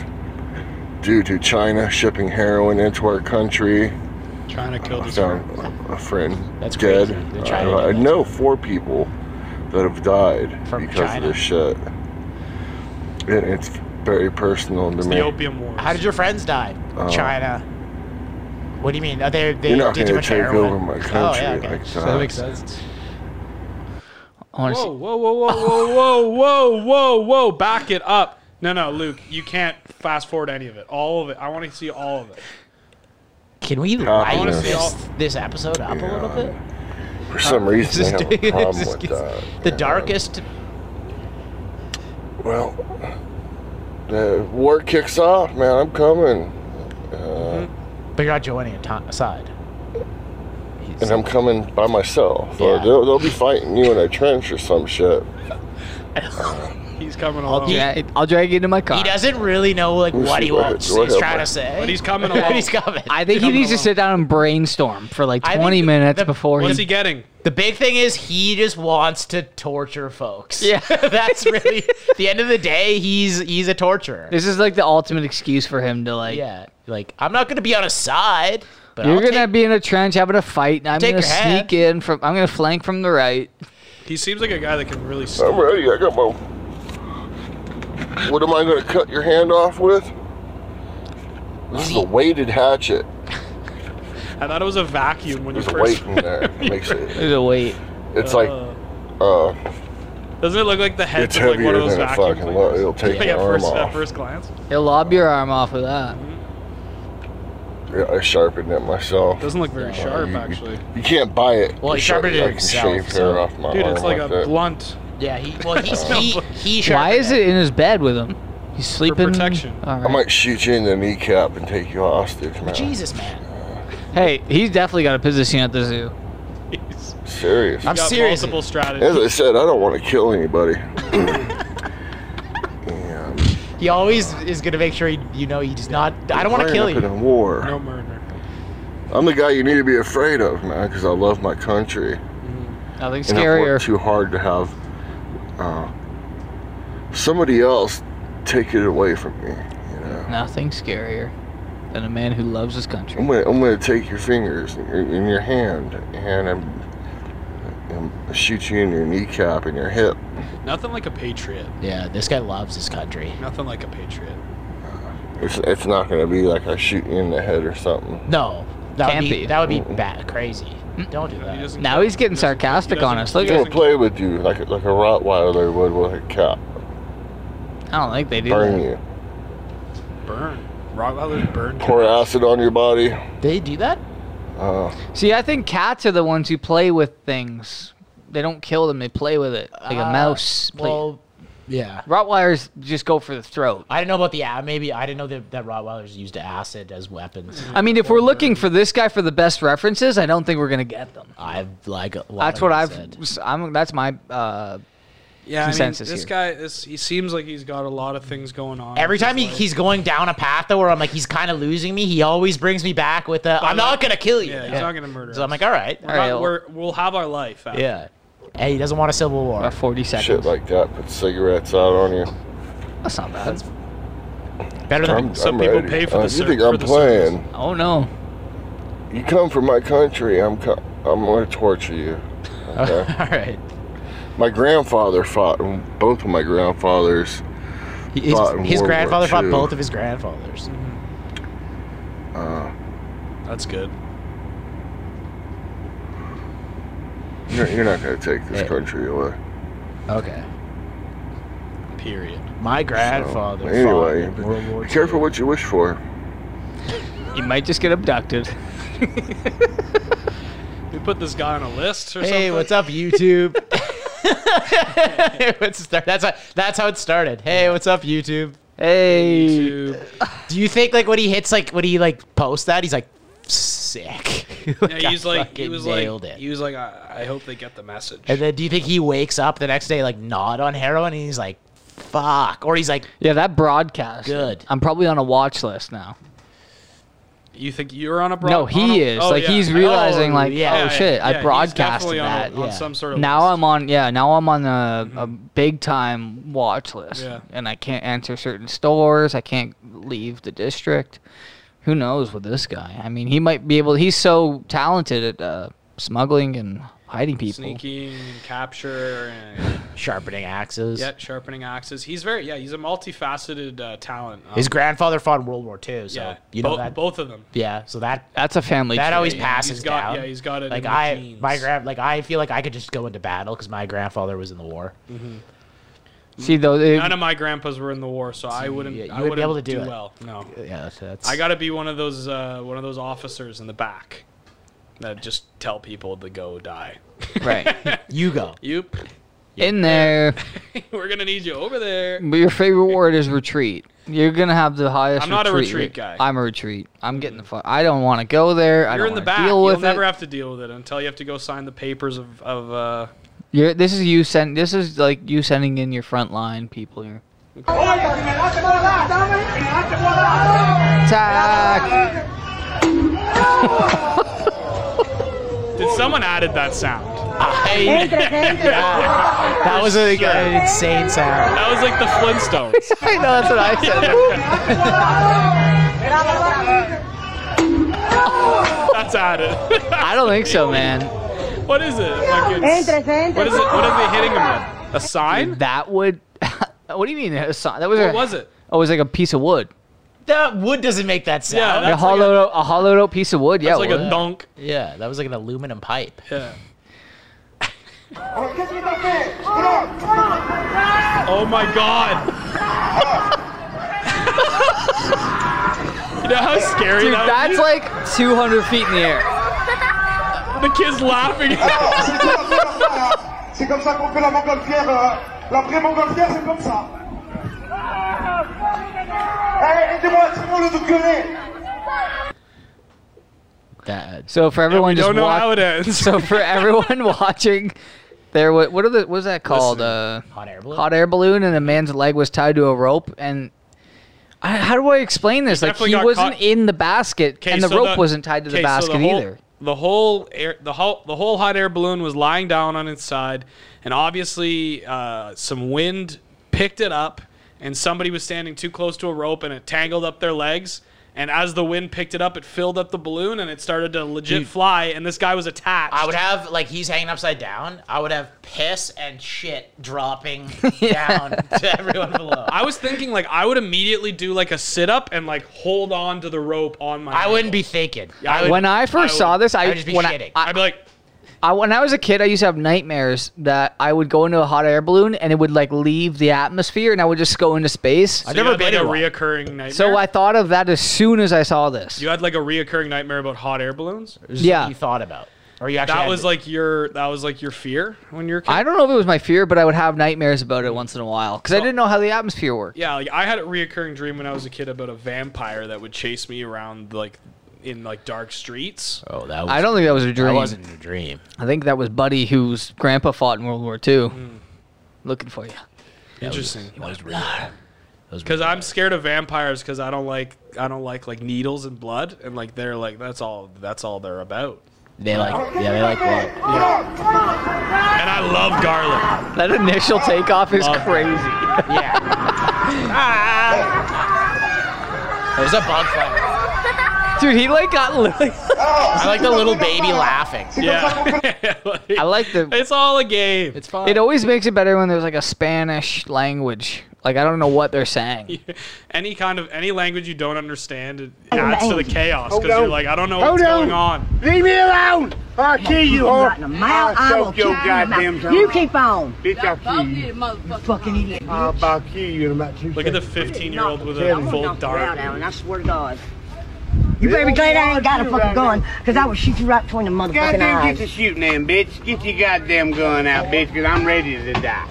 [SPEAKER 6] due to China shipping heroin into our country.
[SPEAKER 1] trying to kill
[SPEAKER 6] I
[SPEAKER 1] this
[SPEAKER 6] found a friend
[SPEAKER 3] That's
[SPEAKER 6] dead.
[SPEAKER 3] crazy. They're
[SPEAKER 6] I,
[SPEAKER 3] trying to do
[SPEAKER 6] I
[SPEAKER 3] that.
[SPEAKER 6] know four people that have died
[SPEAKER 3] From
[SPEAKER 6] because
[SPEAKER 3] China.
[SPEAKER 6] of this shit. And it's very personal to
[SPEAKER 1] it's
[SPEAKER 6] me.
[SPEAKER 1] the opium wars
[SPEAKER 3] How did your friends die?
[SPEAKER 6] Uh,
[SPEAKER 3] China. What do you mean? Are they they
[SPEAKER 6] You're not
[SPEAKER 3] did
[SPEAKER 6] going
[SPEAKER 3] too
[SPEAKER 6] to
[SPEAKER 3] much
[SPEAKER 6] take
[SPEAKER 3] heroin?
[SPEAKER 6] over my country
[SPEAKER 3] Oh, yeah, okay.
[SPEAKER 6] like that.
[SPEAKER 2] That makes sense. I want to
[SPEAKER 1] Whoa,
[SPEAKER 2] see.
[SPEAKER 1] whoa, whoa, whoa, whoa, whoa, whoa, whoa, whoa! Back it up. No, no, Luke, you can't fast forward any of it. All of it. I want to see all of it.
[SPEAKER 3] Can we
[SPEAKER 6] I
[SPEAKER 3] light
[SPEAKER 6] wanna
[SPEAKER 1] see all-
[SPEAKER 3] this, this episode up a little bit?
[SPEAKER 6] For some reason, I have a problem
[SPEAKER 3] Just
[SPEAKER 6] with
[SPEAKER 3] gets-
[SPEAKER 6] that.
[SPEAKER 3] The
[SPEAKER 6] And,
[SPEAKER 3] darkest.
[SPEAKER 6] Well, the war kicks off, man. I'm coming.
[SPEAKER 3] But you're not joining a to- side.
[SPEAKER 6] And I'm coming by myself. Or
[SPEAKER 3] Yeah.
[SPEAKER 6] they'll, they'll be fighting you in a trench or some shit.
[SPEAKER 1] He's coming along.
[SPEAKER 2] Yeah, I'll drag you into my car.
[SPEAKER 3] He doesn't really know like
[SPEAKER 6] We'll
[SPEAKER 3] what
[SPEAKER 6] see
[SPEAKER 3] he
[SPEAKER 6] what-
[SPEAKER 3] wants.
[SPEAKER 6] what
[SPEAKER 3] He's trying to
[SPEAKER 6] happens.
[SPEAKER 3] say.
[SPEAKER 1] But he's coming
[SPEAKER 3] But
[SPEAKER 1] along.
[SPEAKER 3] he's coming.
[SPEAKER 2] I think he
[SPEAKER 1] Coming
[SPEAKER 2] needs to
[SPEAKER 1] along.
[SPEAKER 2] sit down and brainstorm for like
[SPEAKER 3] I think
[SPEAKER 2] 20
[SPEAKER 3] the-
[SPEAKER 2] minutes
[SPEAKER 3] the-
[SPEAKER 2] before
[SPEAKER 1] What's he
[SPEAKER 2] he.
[SPEAKER 1] getting?
[SPEAKER 3] The big thing is he just wants to torture folks.
[SPEAKER 2] Yeah.
[SPEAKER 3] that's really the end of the day. He's he's a torturer.
[SPEAKER 2] This is like the ultimate excuse for him to like.
[SPEAKER 3] yeah, like I'm not gonna be on a side. But
[SPEAKER 2] You're
[SPEAKER 3] I'll
[SPEAKER 2] gonna
[SPEAKER 3] take-
[SPEAKER 2] be in a trench having a fight, and I'm
[SPEAKER 3] Take
[SPEAKER 2] gonna
[SPEAKER 3] your hand.
[SPEAKER 2] sneak in from. I'm gonna flank from the right.
[SPEAKER 1] He seems like a guy that can really.
[SPEAKER 6] I'm ready. I got my. What am I going to cut your hand off with? This is a weighted hatchet.
[SPEAKER 1] I thought it was a vacuum when you
[SPEAKER 6] There's a
[SPEAKER 1] first.
[SPEAKER 6] weight in there. It makes it.
[SPEAKER 2] There's a wait.
[SPEAKER 6] It's like, uh,
[SPEAKER 1] Doesn't it look like the head
[SPEAKER 6] it's
[SPEAKER 1] of like one
[SPEAKER 6] heavier
[SPEAKER 1] of those
[SPEAKER 6] than it
[SPEAKER 1] vacuum
[SPEAKER 6] fucking looks.
[SPEAKER 1] cleaners?
[SPEAKER 6] It'll take
[SPEAKER 1] Yeah,
[SPEAKER 6] your arm
[SPEAKER 1] first at
[SPEAKER 6] off.
[SPEAKER 1] first glance.
[SPEAKER 2] He'll lob your arm off of that.
[SPEAKER 6] Yeah, I sharpened it myself.
[SPEAKER 1] Doesn't look very
[SPEAKER 6] Uh,
[SPEAKER 1] sharp
[SPEAKER 6] you-
[SPEAKER 1] actually.
[SPEAKER 6] You can't buy it.
[SPEAKER 3] Well, he sharpened it
[SPEAKER 6] I can
[SPEAKER 3] himself,
[SPEAKER 6] shave
[SPEAKER 3] so-
[SPEAKER 6] hair off my
[SPEAKER 1] Dude,
[SPEAKER 6] arm
[SPEAKER 1] it's like a
[SPEAKER 6] that.
[SPEAKER 1] blunt.
[SPEAKER 3] Yeah, he well he's he he.
[SPEAKER 2] Why
[SPEAKER 3] sharpened
[SPEAKER 2] is it in his bed with him? He's sleeping.
[SPEAKER 1] protection.
[SPEAKER 2] All
[SPEAKER 6] I
[SPEAKER 2] right.
[SPEAKER 6] might shoot you in the kneecap and take you hostage, man.
[SPEAKER 3] Jesus, man.
[SPEAKER 2] hey, he's definitely got a position at the zoo.
[SPEAKER 1] He's
[SPEAKER 6] Serious.
[SPEAKER 3] I'm
[SPEAKER 1] got
[SPEAKER 3] serious.
[SPEAKER 1] Multiple strategies.
[SPEAKER 6] As I said, I don't want to kill anybody. and
[SPEAKER 3] He always is gonna make sure he, you know he's not. I don't want to
[SPEAKER 6] we're
[SPEAKER 3] kill
[SPEAKER 6] up In a
[SPEAKER 3] you.
[SPEAKER 6] war.
[SPEAKER 1] No murder.
[SPEAKER 6] I'm the guy you need to be afraid of, man, because I love my country.
[SPEAKER 2] Nothing
[SPEAKER 6] And I've worked
[SPEAKER 2] scarier.
[SPEAKER 6] too hard to have uh, somebody else take it away from me. You know,
[SPEAKER 2] Nothing scarier than a man who loves his country.
[SPEAKER 6] I'm gonna, I'm gonna take your fingers and your, in your hand, and I'm, I'm shoot you in your kneecap and your hip.
[SPEAKER 1] Nothing like a patriot.
[SPEAKER 3] Yeah, this guy loves his country.
[SPEAKER 1] Nothing like a patriot.
[SPEAKER 6] It's, it's not gonna be like I shoot you in the head or something.
[SPEAKER 3] No, that
[SPEAKER 2] Can't
[SPEAKER 3] would be,
[SPEAKER 2] be.
[SPEAKER 3] that would be bad, crazy. Don't do
[SPEAKER 1] He
[SPEAKER 3] that.
[SPEAKER 1] doesn't
[SPEAKER 2] Now
[SPEAKER 1] care.
[SPEAKER 2] he's getting
[SPEAKER 1] He doesn't-
[SPEAKER 2] sarcastic
[SPEAKER 1] he
[SPEAKER 2] on
[SPEAKER 1] doesn't-
[SPEAKER 2] us. Look
[SPEAKER 1] he
[SPEAKER 6] They're gonna
[SPEAKER 1] doesn't-
[SPEAKER 6] play with you like a- like a Rottweiler would with a cat,
[SPEAKER 2] I don't think they do.
[SPEAKER 6] burn
[SPEAKER 2] That.
[SPEAKER 6] you,
[SPEAKER 1] burn. Rottweilers burn.
[SPEAKER 6] pour acid on your body.
[SPEAKER 3] They do that?
[SPEAKER 6] Uh,
[SPEAKER 2] See, I think cats are the ones who play with things. They don't kill them; they play with it, like a
[SPEAKER 3] Uh,
[SPEAKER 2] mouse. Play.
[SPEAKER 3] Well, yeah.
[SPEAKER 2] Rottweilers just go for the throat.
[SPEAKER 3] I didn't know about the yeah, maybe I didn't know that, that Rottweilers used acid as weapons.
[SPEAKER 2] I mean, if we're looking for this guy for the best references, I don't think we're gonna get them.
[SPEAKER 3] I've like a lot
[SPEAKER 2] That's
[SPEAKER 3] of
[SPEAKER 2] what
[SPEAKER 3] them
[SPEAKER 2] I've.
[SPEAKER 3] said.
[SPEAKER 2] s- I'm. That's my uh,
[SPEAKER 1] Yeah, I mean,
[SPEAKER 2] consensus
[SPEAKER 1] this
[SPEAKER 2] here.
[SPEAKER 1] guy, is, he seems like he's got a lot of things going on.
[SPEAKER 3] Every
[SPEAKER 1] with his
[SPEAKER 3] time he,
[SPEAKER 1] life.
[SPEAKER 3] he's going down a path though, where I'm like, he's kind of losing me. He always brings me back with a, "I'm not gonna kill you."
[SPEAKER 1] yeah, he's not gonna murder.
[SPEAKER 3] So I'm
[SPEAKER 1] us.
[SPEAKER 3] like, all right,
[SPEAKER 1] we're
[SPEAKER 2] All right,
[SPEAKER 1] not-
[SPEAKER 2] well-
[SPEAKER 1] we're, we'll have our life. After.
[SPEAKER 3] yeah. Hey, he doesn't want a civil war.
[SPEAKER 2] About 40 seconds.
[SPEAKER 6] Shit like that, put cigarettes out on you.
[SPEAKER 2] That's not bad.
[SPEAKER 3] Better than
[SPEAKER 6] I'm,
[SPEAKER 1] Some
[SPEAKER 6] I'm
[SPEAKER 1] people
[SPEAKER 6] ready.
[SPEAKER 1] pay for the
[SPEAKER 6] Uh, You
[SPEAKER 1] ser-
[SPEAKER 6] think
[SPEAKER 1] for
[SPEAKER 6] I'm
[SPEAKER 1] the
[SPEAKER 6] playing?
[SPEAKER 1] service.
[SPEAKER 2] Oh no.
[SPEAKER 6] You come from my country, I'm co- I'm gonna torture you. Okay?
[SPEAKER 3] all right.
[SPEAKER 6] my grandfather fought, and both of my grandfathers.
[SPEAKER 3] He- His,
[SPEAKER 6] Fought in
[SPEAKER 3] his
[SPEAKER 6] World War
[SPEAKER 3] grandfather fought
[SPEAKER 6] II.
[SPEAKER 3] both of his grandfathers.
[SPEAKER 6] Uh,
[SPEAKER 1] That's good.
[SPEAKER 6] You're, you're not gonna take this country away.
[SPEAKER 3] Okay.
[SPEAKER 1] Period.
[SPEAKER 3] My grandfather.
[SPEAKER 6] So,
[SPEAKER 3] fought
[SPEAKER 6] anyway,
[SPEAKER 3] in World War
[SPEAKER 6] be careful
[SPEAKER 3] II.
[SPEAKER 6] what you wish for.
[SPEAKER 2] You might just get abducted.
[SPEAKER 1] We put this guy on a list or something.
[SPEAKER 3] Hey, what's up, YouTube? What's the start- that's how, that's how it started. Hey, what's up, YouTube?
[SPEAKER 2] Hey.
[SPEAKER 1] YouTube.
[SPEAKER 3] Do you think like when he hits like when he like posts that he's like sick? Like,
[SPEAKER 1] Yeah,
[SPEAKER 3] I
[SPEAKER 1] he's like he
[SPEAKER 3] fucking
[SPEAKER 1] was
[SPEAKER 3] nailed
[SPEAKER 1] like
[SPEAKER 3] it.
[SPEAKER 1] he was like I, I hope they get the message.
[SPEAKER 3] and then do you think he wakes up the next day like not on heroin and he's like fuck or he's like
[SPEAKER 2] Yeah, that broadcast.
[SPEAKER 3] Good.
[SPEAKER 2] I'm probably on a watch list now.
[SPEAKER 1] you think you're on a broad?
[SPEAKER 2] No,
[SPEAKER 1] on a-
[SPEAKER 2] he is.
[SPEAKER 1] oh,
[SPEAKER 2] like
[SPEAKER 1] yeah.
[SPEAKER 2] he's realizing,
[SPEAKER 3] Oh,
[SPEAKER 2] like,
[SPEAKER 3] yeah.
[SPEAKER 2] oh shit,
[SPEAKER 1] yeah,
[SPEAKER 2] I
[SPEAKER 1] he's
[SPEAKER 2] broadcasted
[SPEAKER 1] definitely on a-
[SPEAKER 2] that.
[SPEAKER 1] on,
[SPEAKER 3] yeah.
[SPEAKER 1] some sort of
[SPEAKER 2] Now
[SPEAKER 1] list.
[SPEAKER 2] I'm on, yeah, now I'm on a, a big time watch list,
[SPEAKER 1] Yeah.
[SPEAKER 2] and I can't answer certain stores. I can't leave the district. Who knows with this guy? I mean, he might be able. He's so talented at uh, smuggling and hiding people.
[SPEAKER 1] sneaking and capture and
[SPEAKER 3] sharpening axes.
[SPEAKER 1] yet sharpening axes. He's very yeah. He's a multifaceted uh, talent. Um,
[SPEAKER 3] His grandfather fought in World War II, so
[SPEAKER 1] yeah,
[SPEAKER 3] you know
[SPEAKER 1] bo-
[SPEAKER 3] that.
[SPEAKER 1] both of them.
[SPEAKER 3] Yeah, so that
[SPEAKER 2] That's a family.
[SPEAKER 3] that
[SPEAKER 2] trait.
[SPEAKER 3] always
[SPEAKER 1] Yeah,
[SPEAKER 3] passes
[SPEAKER 1] he's got-
[SPEAKER 3] down.
[SPEAKER 1] yeah, he's got it in
[SPEAKER 3] Like
[SPEAKER 1] the
[SPEAKER 3] I,
[SPEAKER 1] genes.
[SPEAKER 3] my grand, like I feel like I could just go into battle because my grandfather was in the war.
[SPEAKER 2] See though, it-
[SPEAKER 1] None of my grandpas were in the war, so I wouldn't.
[SPEAKER 3] yeah, you
[SPEAKER 1] I
[SPEAKER 3] wouldn't
[SPEAKER 1] wouldn't
[SPEAKER 3] be able to do it.
[SPEAKER 1] well. No,
[SPEAKER 3] Yeah, that's, that's
[SPEAKER 1] I got to be one of those uh, one of those officers in the back that just tell people to go die.
[SPEAKER 2] right
[SPEAKER 3] you go.
[SPEAKER 1] You,
[SPEAKER 2] in there.
[SPEAKER 1] we're gonna need you over there.
[SPEAKER 2] But your favorite word is retreat. You're gonna have the highest.
[SPEAKER 1] I'm not a
[SPEAKER 2] rate.
[SPEAKER 1] retreat guy.
[SPEAKER 2] I'm a retreat. I'm getting the fuck. I don't want to go there. I
[SPEAKER 1] You're
[SPEAKER 2] don't
[SPEAKER 1] in the
[SPEAKER 2] wanna
[SPEAKER 1] back.
[SPEAKER 2] Deal
[SPEAKER 1] You'll
[SPEAKER 2] with
[SPEAKER 1] never
[SPEAKER 2] it.
[SPEAKER 1] have to deal with it until you have to go sign the papers of of. Uh,
[SPEAKER 2] You're, this is you send. This is like you sending in your front line people. Here. Attack!
[SPEAKER 1] did someone added that sound?
[SPEAKER 3] I, that was a, an insane sound.
[SPEAKER 1] That was like the Flintstones.
[SPEAKER 2] I know that's what I said.
[SPEAKER 1] That's added.
[SPEAKER 2] I don't think so, man.
[SPEAKER 1] what is it? Fucking- What is it? What are they hitting him with? A sign?
[SPEAKER 2] That would. what do you mean? That was, that was a,
[SPEAKER 1] What was it?
[SPEAKER 2] Oh, it was like a piece of wood.
[SPEAKER 3] That wood doesn't make that
[SPEAKER 1] Yeah,
[SPEAKER 3] sound.
[SPEAKER 2] a
[SPEAKER 1] That's like
[SPEAKER 2] hollowed out, a hollowed out piece of wood. Yeah,
[SPEAKER 1] It's
[SPEAKER 2] it
[SPEAKER 1] like
[SPEAKER 2] was.
[SPEAKER 1] a dunk.
[SPEAKER 3] Yeah, that was like an aluminum pipe.
[SPEAKER 1] Yeah. Oh my god. you know how scary
[SPEAKER 2] Dude,
[SPEAKER 1] that
[SPEAKER 2] that's like 200 feet in the air.
[SPEAKER 1] the kid's laughing.
[SPEAKER 8] C'est comme ça qu'on fait la montgolfière. euh, La vraie montgolfière, c'est comme ça. Allez, Eh, aidez-moi, tout le monde de gueuler.
[SPEAKER 3] That
[SPEAKER 2] So for everyone
[SPEAKER 1] we
[SPEAKER 2] just
[SPEAKER 1] don't know
[SPEAKER 2] wa-
[SPEAKER 1] how it ends.
[SPEAKER 2] so for everyone watching, there what what are the what's that called? Uh,
[SPEAKER 3] hot air balloon.
[SPEAKER 2] hot air balloon, and a man's leg was tied to a rope. And I, how do I explain this? like
[SPEAKER 1] definitely
[SPEAKER 2] he
[SPEAKER 1] got
[SPEAKER 2] wasn't
[SPEAKER 1] caught-
[SPEAKER 2] in the basket,
[SPEAKER 1] 'Kay,
[SPEAKER 2] and the
[SPEAKER 1] so
[SPEAKER 2] rope wasn't tied to the
[SPEAKER 1] 'kay, so
[SPEAKER 2] basket
[SPEAKER 1] whole-
[SPEAKER 2] either.
[SPEAKER 1] The whole air, the whole the whole hot air balloon was lying down on its side, and obviously uh, some wind picked it up, and somebody was standing too close to a rope, and it tangled up their legs. And as the wind picked it up, it filled up the balloon, and it started to legit fly. And this guy was attached.
[SPEAKER 3] I would have like he's hanging upside down. I would have piss and shit dropping down to everyone below.
[SPEAKER 1] I was thinking like I would immediately do like a sit up and like hold on to the rope on my.
[SPEAKER 3] I wouldn't
[SPEAKER 1] ankle.
[SPEAKER 3] be thinking.
[SPEAKER 1] Yeah, I would-
[SPEAKER 2] When I first
[SPEAKER 1] I
[SPEAKER 2] saw
[SPEAKER 1] would-
[SPEAKER 2] this, I,
[SPEAKER 3] I would just be
[SPEAKER 2] when
[SPEAKER 3] shitting.
[SPEAKER 2] I,
[SPEAKER 1] I'd be like,
[SPEAKER 2] I when I was a kid, I used to have nightmares that I would go into a hot air balloon and it would like leave the atmosphere, and I would just go into space.
[SPEAKER 1] I've
[SPEAKER 3] never
[SPEAKER 1] never
[SPEAKER 3] been
[SPEAKER 1] been
[SPEAKER 3] in
[SPEAKER 1] like a
[SPEAKER 3] one.
[SPEAKER 1] reoccurring nightmare.
[SPEAKER 2] So I thought of that as soon as I saw this.
[SPEAKER 1] you had like a reoccurring nightmare about hot air balloons.
[SPEAKER 2] Yeah.
[SPEAKER 3] you thought about, or you actually
[SPEAKER 1] That
[SPEAKER 3] had-
[SPEAKER 1] was like your that was like your fear when you were a kid.
[SPEAKER 2] I don't know if it was my fear, but I would have nightmares about it once in a while because I didn't know how the atmosphere worked.
[SPEAKER 1] yeah, like I had a reoccurring dream when I was a kid about a vampire that would chase me around like in like dark streets.
[SPEAKER 3] Oh, that was,
[SPEAKER 2] I don't think that was a dream.
[SPEAKER 3] That wasn't a dream.
[SPEAKER 1] Hmm.
[SPEAKER 2] I think that was Buddy, whose grandpa fought in World War II. looking for you.
[SPEAKER 1] Interesting.
[SPEAKER 3] That was really bad. That was
[SPEAKER 1] Because
[SPEAKER 3] really
[SPEAKER 1] Ah. I'm scared of vampires because I don't like I don't like like needles and blood and like they're like that's all that's all they're about.
[SPEAKER 3] bad. they like yeah they like what
[SPEAKER 1] And I love garlic.
[SPEAKER 2] That initial takeoff is
[SPEAKER 1] Love that.
[SPEAKER 2] crazy.
[SPEAKER 3] yeah. Ah! There's a bug fly.
[SPEAKER 2] Dude, he like got literally.
[SPEAKER 3] I like the little baby laughing.
[SPEAKER 1] Yeah. Like,
[SPEAKER 2] I like the.
[SPEAKER 1] it's all a game.
[SPEAKER 3] It's fun.
[SPEAKER 2] It always makes it better when there's like a Spanish language. Like I don't know what they're saying.
[SPEAKER 1] any kind of any language you don't understand it adds to the chaos because you're like I don't know what's going on.
[SPEAKER 9] Leave me alone! I'll kill you, whore.
[SPEAKER 10] a mile, I will
[SPEAKER 9] Choke your
[SPEAKER 10] kick
[SPEAKER 9] goddamn
[SPEAKER 10] you. You
[SPEAKER 9] tongue.
[SPEAKER 10] keep on.
[SPEAKER 9] Bitch, I'll kill you.
[SPEAKER 10] Fucking idiot.
[SPEAKER 9] I'll about kill you in about two
[SPEAKER 1] Look at the
[SPEAKER 9] seconds.
[SPEAKER 1] 15 year old with
[SPEAKER 10] I'm
[SPEAKER 1] a
[SPEAKER 10] gonna
[SPEAKER 1] full
[SPEAKER 10] knock your out,
[SPEAKER 1] dart.
[SPEAKER 10] Alan, I swear to God. You better be glad I ain't got a fucking gun, because I will shoot you right between the motherfucking
[SPEAKER 9] Goddamn, get
[SPEAKER 10] eyes.
[SPEAKER 9] to shooting then, bitch. Get your goddamn gun out, bitch, because I'm ready to die.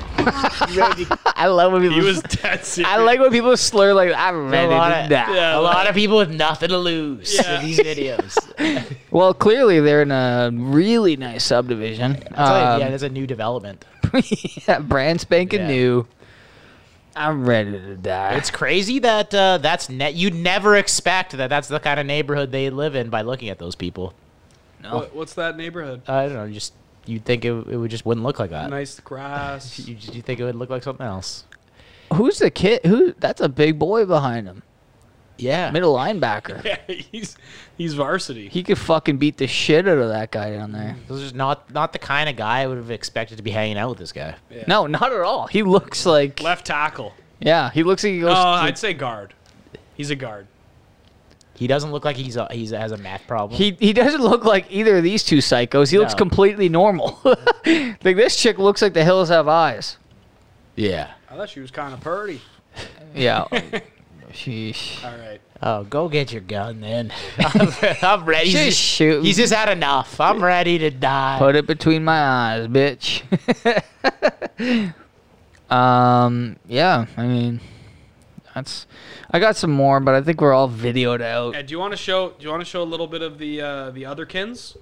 [SPEAKER 9] You ready?
[SPEAKER 2] I love when people.
[SPEAKER 1] He was dead serious.
[SPEAKER 2] I like when people slur like "Ah, I'm ready
[SPEAKER 3] lot
[SPEAKER 2] to
[SPEAKER 3] of-
[SPEAKER 2] die.
[SPEAKER 1] Yeah,
[SPEAKER 3] a lot of people with nothing to lose
[SPEAKER 1] Yeah.
[SPEAKER 3] in these videos.
[SPEAKER 2] Well, clearly they're in a really nice subdivision.
[SPEAKER 3] That's
[SPEAKER 2] Um,
[SPEAKER 3] like- yeah, there's a new development.
[SPEAKER 2] yeah, brand spanking
[SPEAKER 3] Yeah.
[SPEAKER 2] new. I'm ready to die.
[SPEAKER 3] It's crazy that uh, that's net. You'd never expect that. That's the kind of neighborhood they live in by looking at those people.
[SPEAKER 1] What- what's that neighborhood?
[SPEAKER 3] I don't know. Just you'd think it, it would just wouldn't look like that.
[SPEAKER 1] Nice grass.
[SPEAKER 3] You just you think it would look like something else.
[SPEAKER 2] Who's the kid? Who? That's a big boy behind him.
[SPEAKER 3] Yeah.
[SPEAKER 2] Middle linebacker.
[SPEAKER 1] yeah, he's he's varsity.
[SPEAKER 2] He could fucking beat the shit out of that guy down there.
[SPEAKER 3] This is not not the kind of guy I would have expected to be hanging out with this guy.
[SPEAKER 2] No, not at all. He looks like.
[SPEAKER 1] Left tackle.
[SPEAKER 2] Yeah, he looks like he
[SPEAKER 1] Oh,
[SPEAKER 2] goes.
[SPEAKER 1] I'd say guard. He's a guard.
[SPEAKER 3] He doesn't look like he's a, he's has a math problem.
[SPEAKER 2] he he doesn't look like either of these two psychos. He looks
[SPEAKER 3] No.
[SPEAKER 2] completely normal. like this chick looks like the hills have eyes.
[SPEAKER 3] yeah.
[SPEAKER 1] I thought she was kind of purty.
[SPEAKER 2] Yeah. Sheesh.
[SPEAKER 1] All right.
[SPEAKER 3] Oh, go get your gun then. I'm, I'm ready.
[SPEAKER 2] Just
[SPEAKER 3] He's,
[SPEAKER 2] shoot.
[SPEAKER 3] he's just had enough. I'm ready to die.
[SPEAKER 2] Put it between my eyes, bitch. um, yeah, I mean, that's. I got some more, but I think we're all videoed out.
[SPEAKER 1] Ed, do you want to show? Do you want to show a little bit of the uh, the other kins?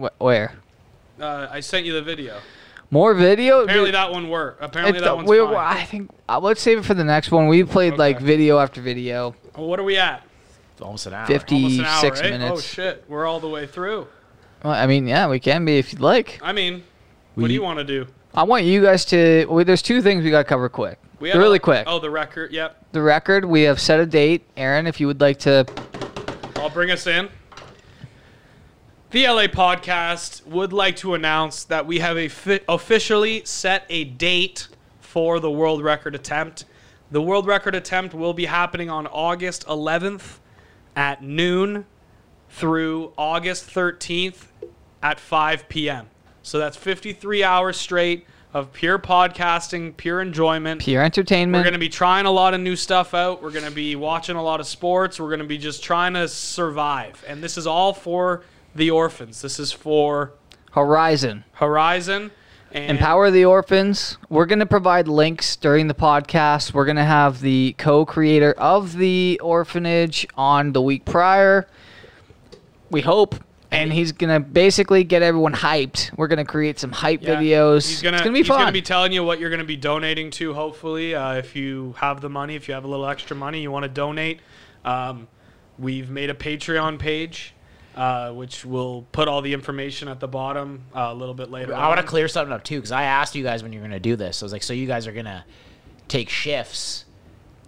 [SPEAKER 2] Wh- where?
[SPEAKER 1] Uh, I sent you the video.
[SPEAKER 2] More video?
[SPEAKER 1] Apparently
[SPEAKER 2] Dude,
[SPEAKER 1] that one worked.
[SPEAKER 2] it-
[SPEAKER 1] Apparently that one's
[SPEAKER 2] we-
[SPEAKER 1] fine.
[SPEAKER 2] I think. Uh, let's save it for the next one. We played like
[SPEAKER 1] Okay.
[SPEAKER 2] video after video,
[SPEAKER 1] Well, what are we at?
[SPEAKER 3] Almost an hour.
[SPEAKER 1] Almost
[SPEAKER 2] 56
[SPEAKER 1] an hour, right?
[SPEAKER 2] minutes.
[SPEAKER 1] Oh shit, we're all the way through.
[SPEAKER 2] Well, I mean, yeah, we can be if you'd like.
[SPEAKER 1] I mean, what do you want to do?
[SPEAKER 2] I want you guys to. Well, there's two things we got to cover quick.
[SPEAKER 1] We
[SPEAKER 2] They're
[SPEAKER 1] had
[SPEAKER 2] really
[SPEAKER 1] a-
[SPEAKER 2] quick.
[SPEAKER 1] Oh, the record. Yep.
[SPEAKER 2] The record, we have set a date. Aaron, if you would like to
[SPEAKER 1] I'll bring us in. The LA podcast would like to announce that we have a fi- officially set a date for the world record attempt. The world record attempt will be happening on August 11th at noon through August 13th at 5 p.m. So that's 53 hours straight of pure podcasting, pure enjoyment.
[SPEAKER 2] peer entertainment.
[SPEAKER 1] We're going to be trying a lot of new stuff out. We're going to be watching a lot of sports. We're going to be just trying to survive. And this is all for the orphans. This is for
[SPEAKER 2] Horizon.
[SPEAKER 1] Horizon and
[SPEAKER 2] Empower the Orphans. We're going to provide links during the podcast. We're going to have the co creator of the orphanage on the week prior. We hope. And he's going to basically get everyone hyped. We're going to create some hype
[SPEAKER 1] Yeah.
[SPEAKER 2] videos.
[SPEAKER 1] He's gonna,
[SPEAKER 2] it's going to be
[SPEAKER 1] he's
[SPEAKER 2] fun.
[SPEAKER 1] gonna be telling you what you're gonna be donating to. Hopefully, uh, if you have the money, if you have a little extra money, you want to donate. Um, we've made a Patreon page, uh, which we'll put all the information at the bottom uh, a little bit later.
[SPEAKER 3] I want to
[SPEAKER 1] on.
[SPEAKER 3] clear something up too, because I asked you guys when you were gonna do this. I was like, so you guys are gonna take shifts.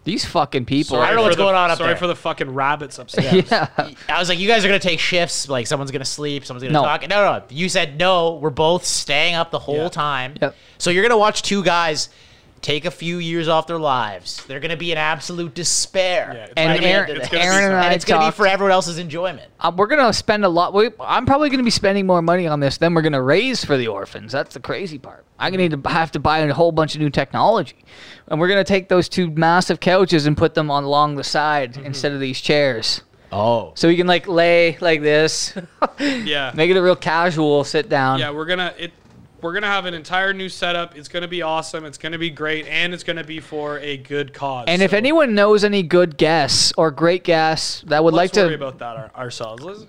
[SPEAKER 2] These fucking people.
[SPEAKER 3] I don't know
[SPEAKER 1] for
[SPEAKER 3] what's
[SPEAKER 1] the-
[SPEAKER 3] going on up
[SPEAKER 1] Sorry
[SPEAKER 3] there.
[SPEAKER 1] for the fucking rabbits upstairs.
[SPEAKER 2] yeah.
[SPEAKER 3] I was like, you guys are gonna take shifts. Like someone's gonna sleep, someone's gonna
[SPEAKER 2] No.
[SPEAKER 3] talk. No, no, no. You said no. We're both staying up the whole
[SPEAKER 1] Yeah.
[SPEAKER 3] time.
[SPEAKER 2] Yep.
[SPEAKER 3] So you're gonna watch two guys take a few years off their lives. They're gonna be in absolute despair.
[SPEAKER 1] Yeah, it's
[SPEAKER 2] And
[SPEAKER 1] gonna be-
[SPEAKER 2] Aaron-
[SPEAKER 1] it's gonna be
[SPEAKER 2] Aaron
[SPEAKER 1] something.
[SPEAKER 2] and I-
[SPEAKER 3] And it's gonna
[SPEAKER 2] talked-
[SPEAKER 3] be for everyone else's enjoyment.
[SPEAKER 2] Um, we're going to spend a lot. We, I'm probably going to be spending more money on this than we're going to raise for the orphans. That's the crazy part. I'm going to need to have to buy a whole bunch of new technology. And we're going to take those two massive couches and put them on along the side
[SPEAKER 1] Mm-hmm.
[SPEAKER 2] instead of these chairs.
[SPEAKER 3] Oh.
[SPEAKER 2] So you can like lay like this,
[SPEAKER 1] yeah.
[SPEAKER 2] make it a real casual sit down.
[SPEAKER 1] Yeah, we're gonna it. We're gonna have an entire new setup. It's gonna be awesome. It's gonna be great, and it's gonna be for a good cause.
[SPEAKER 2] and if
[SPEAKER 1] So
[SPEAKER 2] anyone knows any good guests or great guests that would
[SPEAKER 1] let's
[SPEAKER 2] like
[SPEAKER 1] worry
[SPEAKER 2] to
[SPEAKER 1] about that our, ourselves. Let's-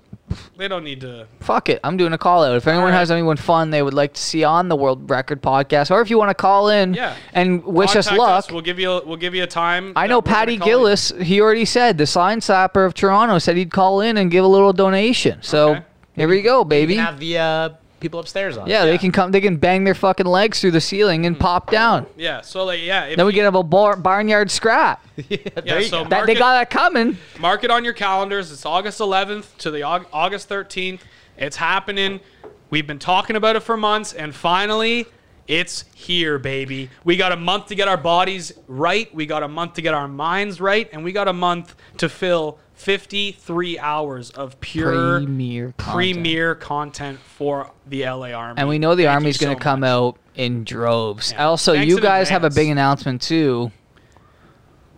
[SPEAKER 1] They don't need to.
[SPEAKER 2] Fuck it. I'm doing a call out. If anyone has anyone fun they would like to see on the World Record podcast, or if you want to call in
[SPEAKER 1] Yeah.
[SPEAKER 2] and wish us
[SPEAKER 1] Contact
[SPEAKER 2] luck.
[SPEAKER 1] We'll give you. A, we'll give you a time.
[SPEAKER 2] I
[SPEAKER 1] that
[SPEAKER 2] know
[SPEAKER 1] we're gonna
[SPEAKER 2] Patty
[SPEAKER 1] call you.
[SPEAKER 2] Gillis, he already said the sign slapper of Toronto said he'd call in and give a little donation. So here we go,
[SPEAKER 3] You
[SPEAKER 2] baby.
[SPEAKER 3] can have the uh, people upstairs on.
[SPEAKER 2] yeah, they can come they can bang their fucking legs through the ceiling
[SPEAKER 1] Hmm.
[SPEAKER 2] and pop down.
[SPEAKER 1] Yeah. So like yeah. If
[SPEAKER 2] Then we
[SPEAKER 1] you-
[SPEAKER 2] get have a bar- barnyard scrap.
[SPEAKER 1] yeah. So
[SPEAKER 2] That, they
[SPEAKER 1] market-
[SPEAKER 2] got that coming.
[SPEAKER 1] Mark it on your calendars. It's August 11th to the Aug- August 13th. It's happening. We've been talking about it for months, and finally, it's here, baby. We got a month to get our bodies right. We got a month to get our minds right, and we got a month to fill 53 hours of pure
[SPEAKER 2] Premier content.
[SPEAKER 1] premier content for the LA Army.
[SPEAKER 2] And we know the
[SPEAKER 1] Thank
[SPEAKER 2] army's
[SPEAKER 1] you
[SPEAKER 2] going
[SPEAKER 1] so
[SPEAKER 2] to come out in droves. Also,
[SPEAKER 1] Thanks
[SPEAKER 2] you
[SPEAKER 1] in
[SPEAKER 2] guys have a
[SPEAKER 1] advance.
[SPEAKER 2] big announcement too.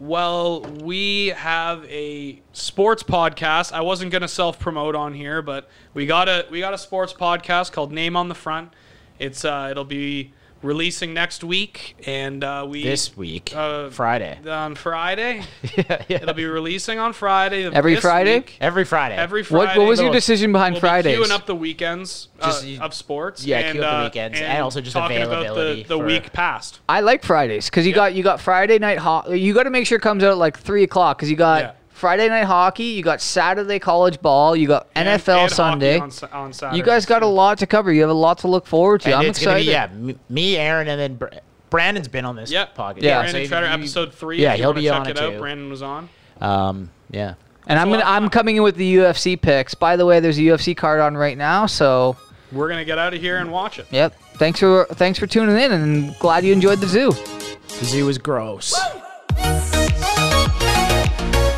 [SPEAKER 1] Well, we have a sports podcast. I wasn't gonna self promote on here, but we got a we got a sports podcast called Name on the Front. It's uh, it'll be releasing next week, and uh, we
[SPEAKER 3] This week,
[SPEAKER 1] uh,
[SPEAKER 3] Friday.
[SPEAKER 1] on Friday. It'll be releasing on Friday of
[SPEAKER 2] Every
[SPEAKER 1] this
[SPEAKER 2] Friday?
[SPEAKER 1] week.
[SPEAKER 3] Every Friday.
[SPEAKER 1] Every
[SPEAKER 2] What-
[SPEAKER 1] Friday.
[SPEAKER 2] what was your decision behind
[SPEAKER 1] we'll
[SPEAKER 2] Fridays?
[SPEAKER 1] Be queuing up the weekends uh,
[SPEAKER 3] Just you-
[SPEAKER 1] of sports.
[SPEAKER 3] yeah,
[SPEAKER 1] and,
[SPEAKER 3] queue up the
[SPEAKER 1] uh,
[SPEAKER 3] weekends, and also just
[SPEAKER 1] talking
[SPEAKER 3] availability
[SPEAKER 1] about the, the
[SPEAKER 3] for-
[SPEAKER 1] week past.
[SPEAKER 2] I like Fridays because you got you got Friday night hockey. You got to make sure it comes out at like three o'clock because you got
[SPEAKER 1] Yeah.
[SPEAKER 2] Friday night hockey. You got Saturday college ball. You got
[SPEAKER 1] And-
[SPEAKER 2] NFL
[SPEAKER 1] and hockey
[SPEAKER 2] Sunday.
[SPEAKER 1] on, Sa- on Saturday.
[SPEAKER 2] you guys got a lot to cover. You have a lot to look forward to.
[SPEAKER 3] And
[SPEAKER 2] I'm
[SPEAKER 3] it's
[SPEAKER 2] excited.
[SPEAKER 3] gonna be yeah, m- me, Aaron, and then Br- Brandon's been on this
[SPEAKER 1] Yep.
[SPEAKER 3] podcast.
[SPEAKER 2] Yeah.
[SPEAKER 1] Brandon
[SPEAKER 3] if
[SPEAKER 1] Treader,
[SPEAKER 3] you-
[SPEAKER 1] episode three.
[SPEAKER 3] Yeah,
[SPEAKER 1] if you
[SPEAKER 3] he'll
[SPEAKER 1] wanna
[SPEAKER 3] be
[SPEAKER 1] check
[SPEAKER 3] on
[SPEAKER 1] it
[SPEAKER 3] it
[SPEAKER 1] out.
[SPEAKER 3] too.
[SPEAKER 1] Brandon was on.
[SPEAKER 3] Um, yeah.
[SPEAKER 2] And I'm
[SPEAKER 1] a lot
[SPEAKER 2] gonna,
[SPEAKER 1] of
[SPEAKER 2] I'm
[SPEAKER 1] fun.
[SPEAKER 2] coming in with the UFC picks. By the way, there's a UFC card on right now. So
[SPEAKER 1] We're gonna get out of here and watch it.
[SPEAKER 2] yep. Thanks for thanks for tuning in and glad you enjoyed the zoo.
[SPEAKER 3] The zoo is gross.
[SPEAKER 11] Thank you.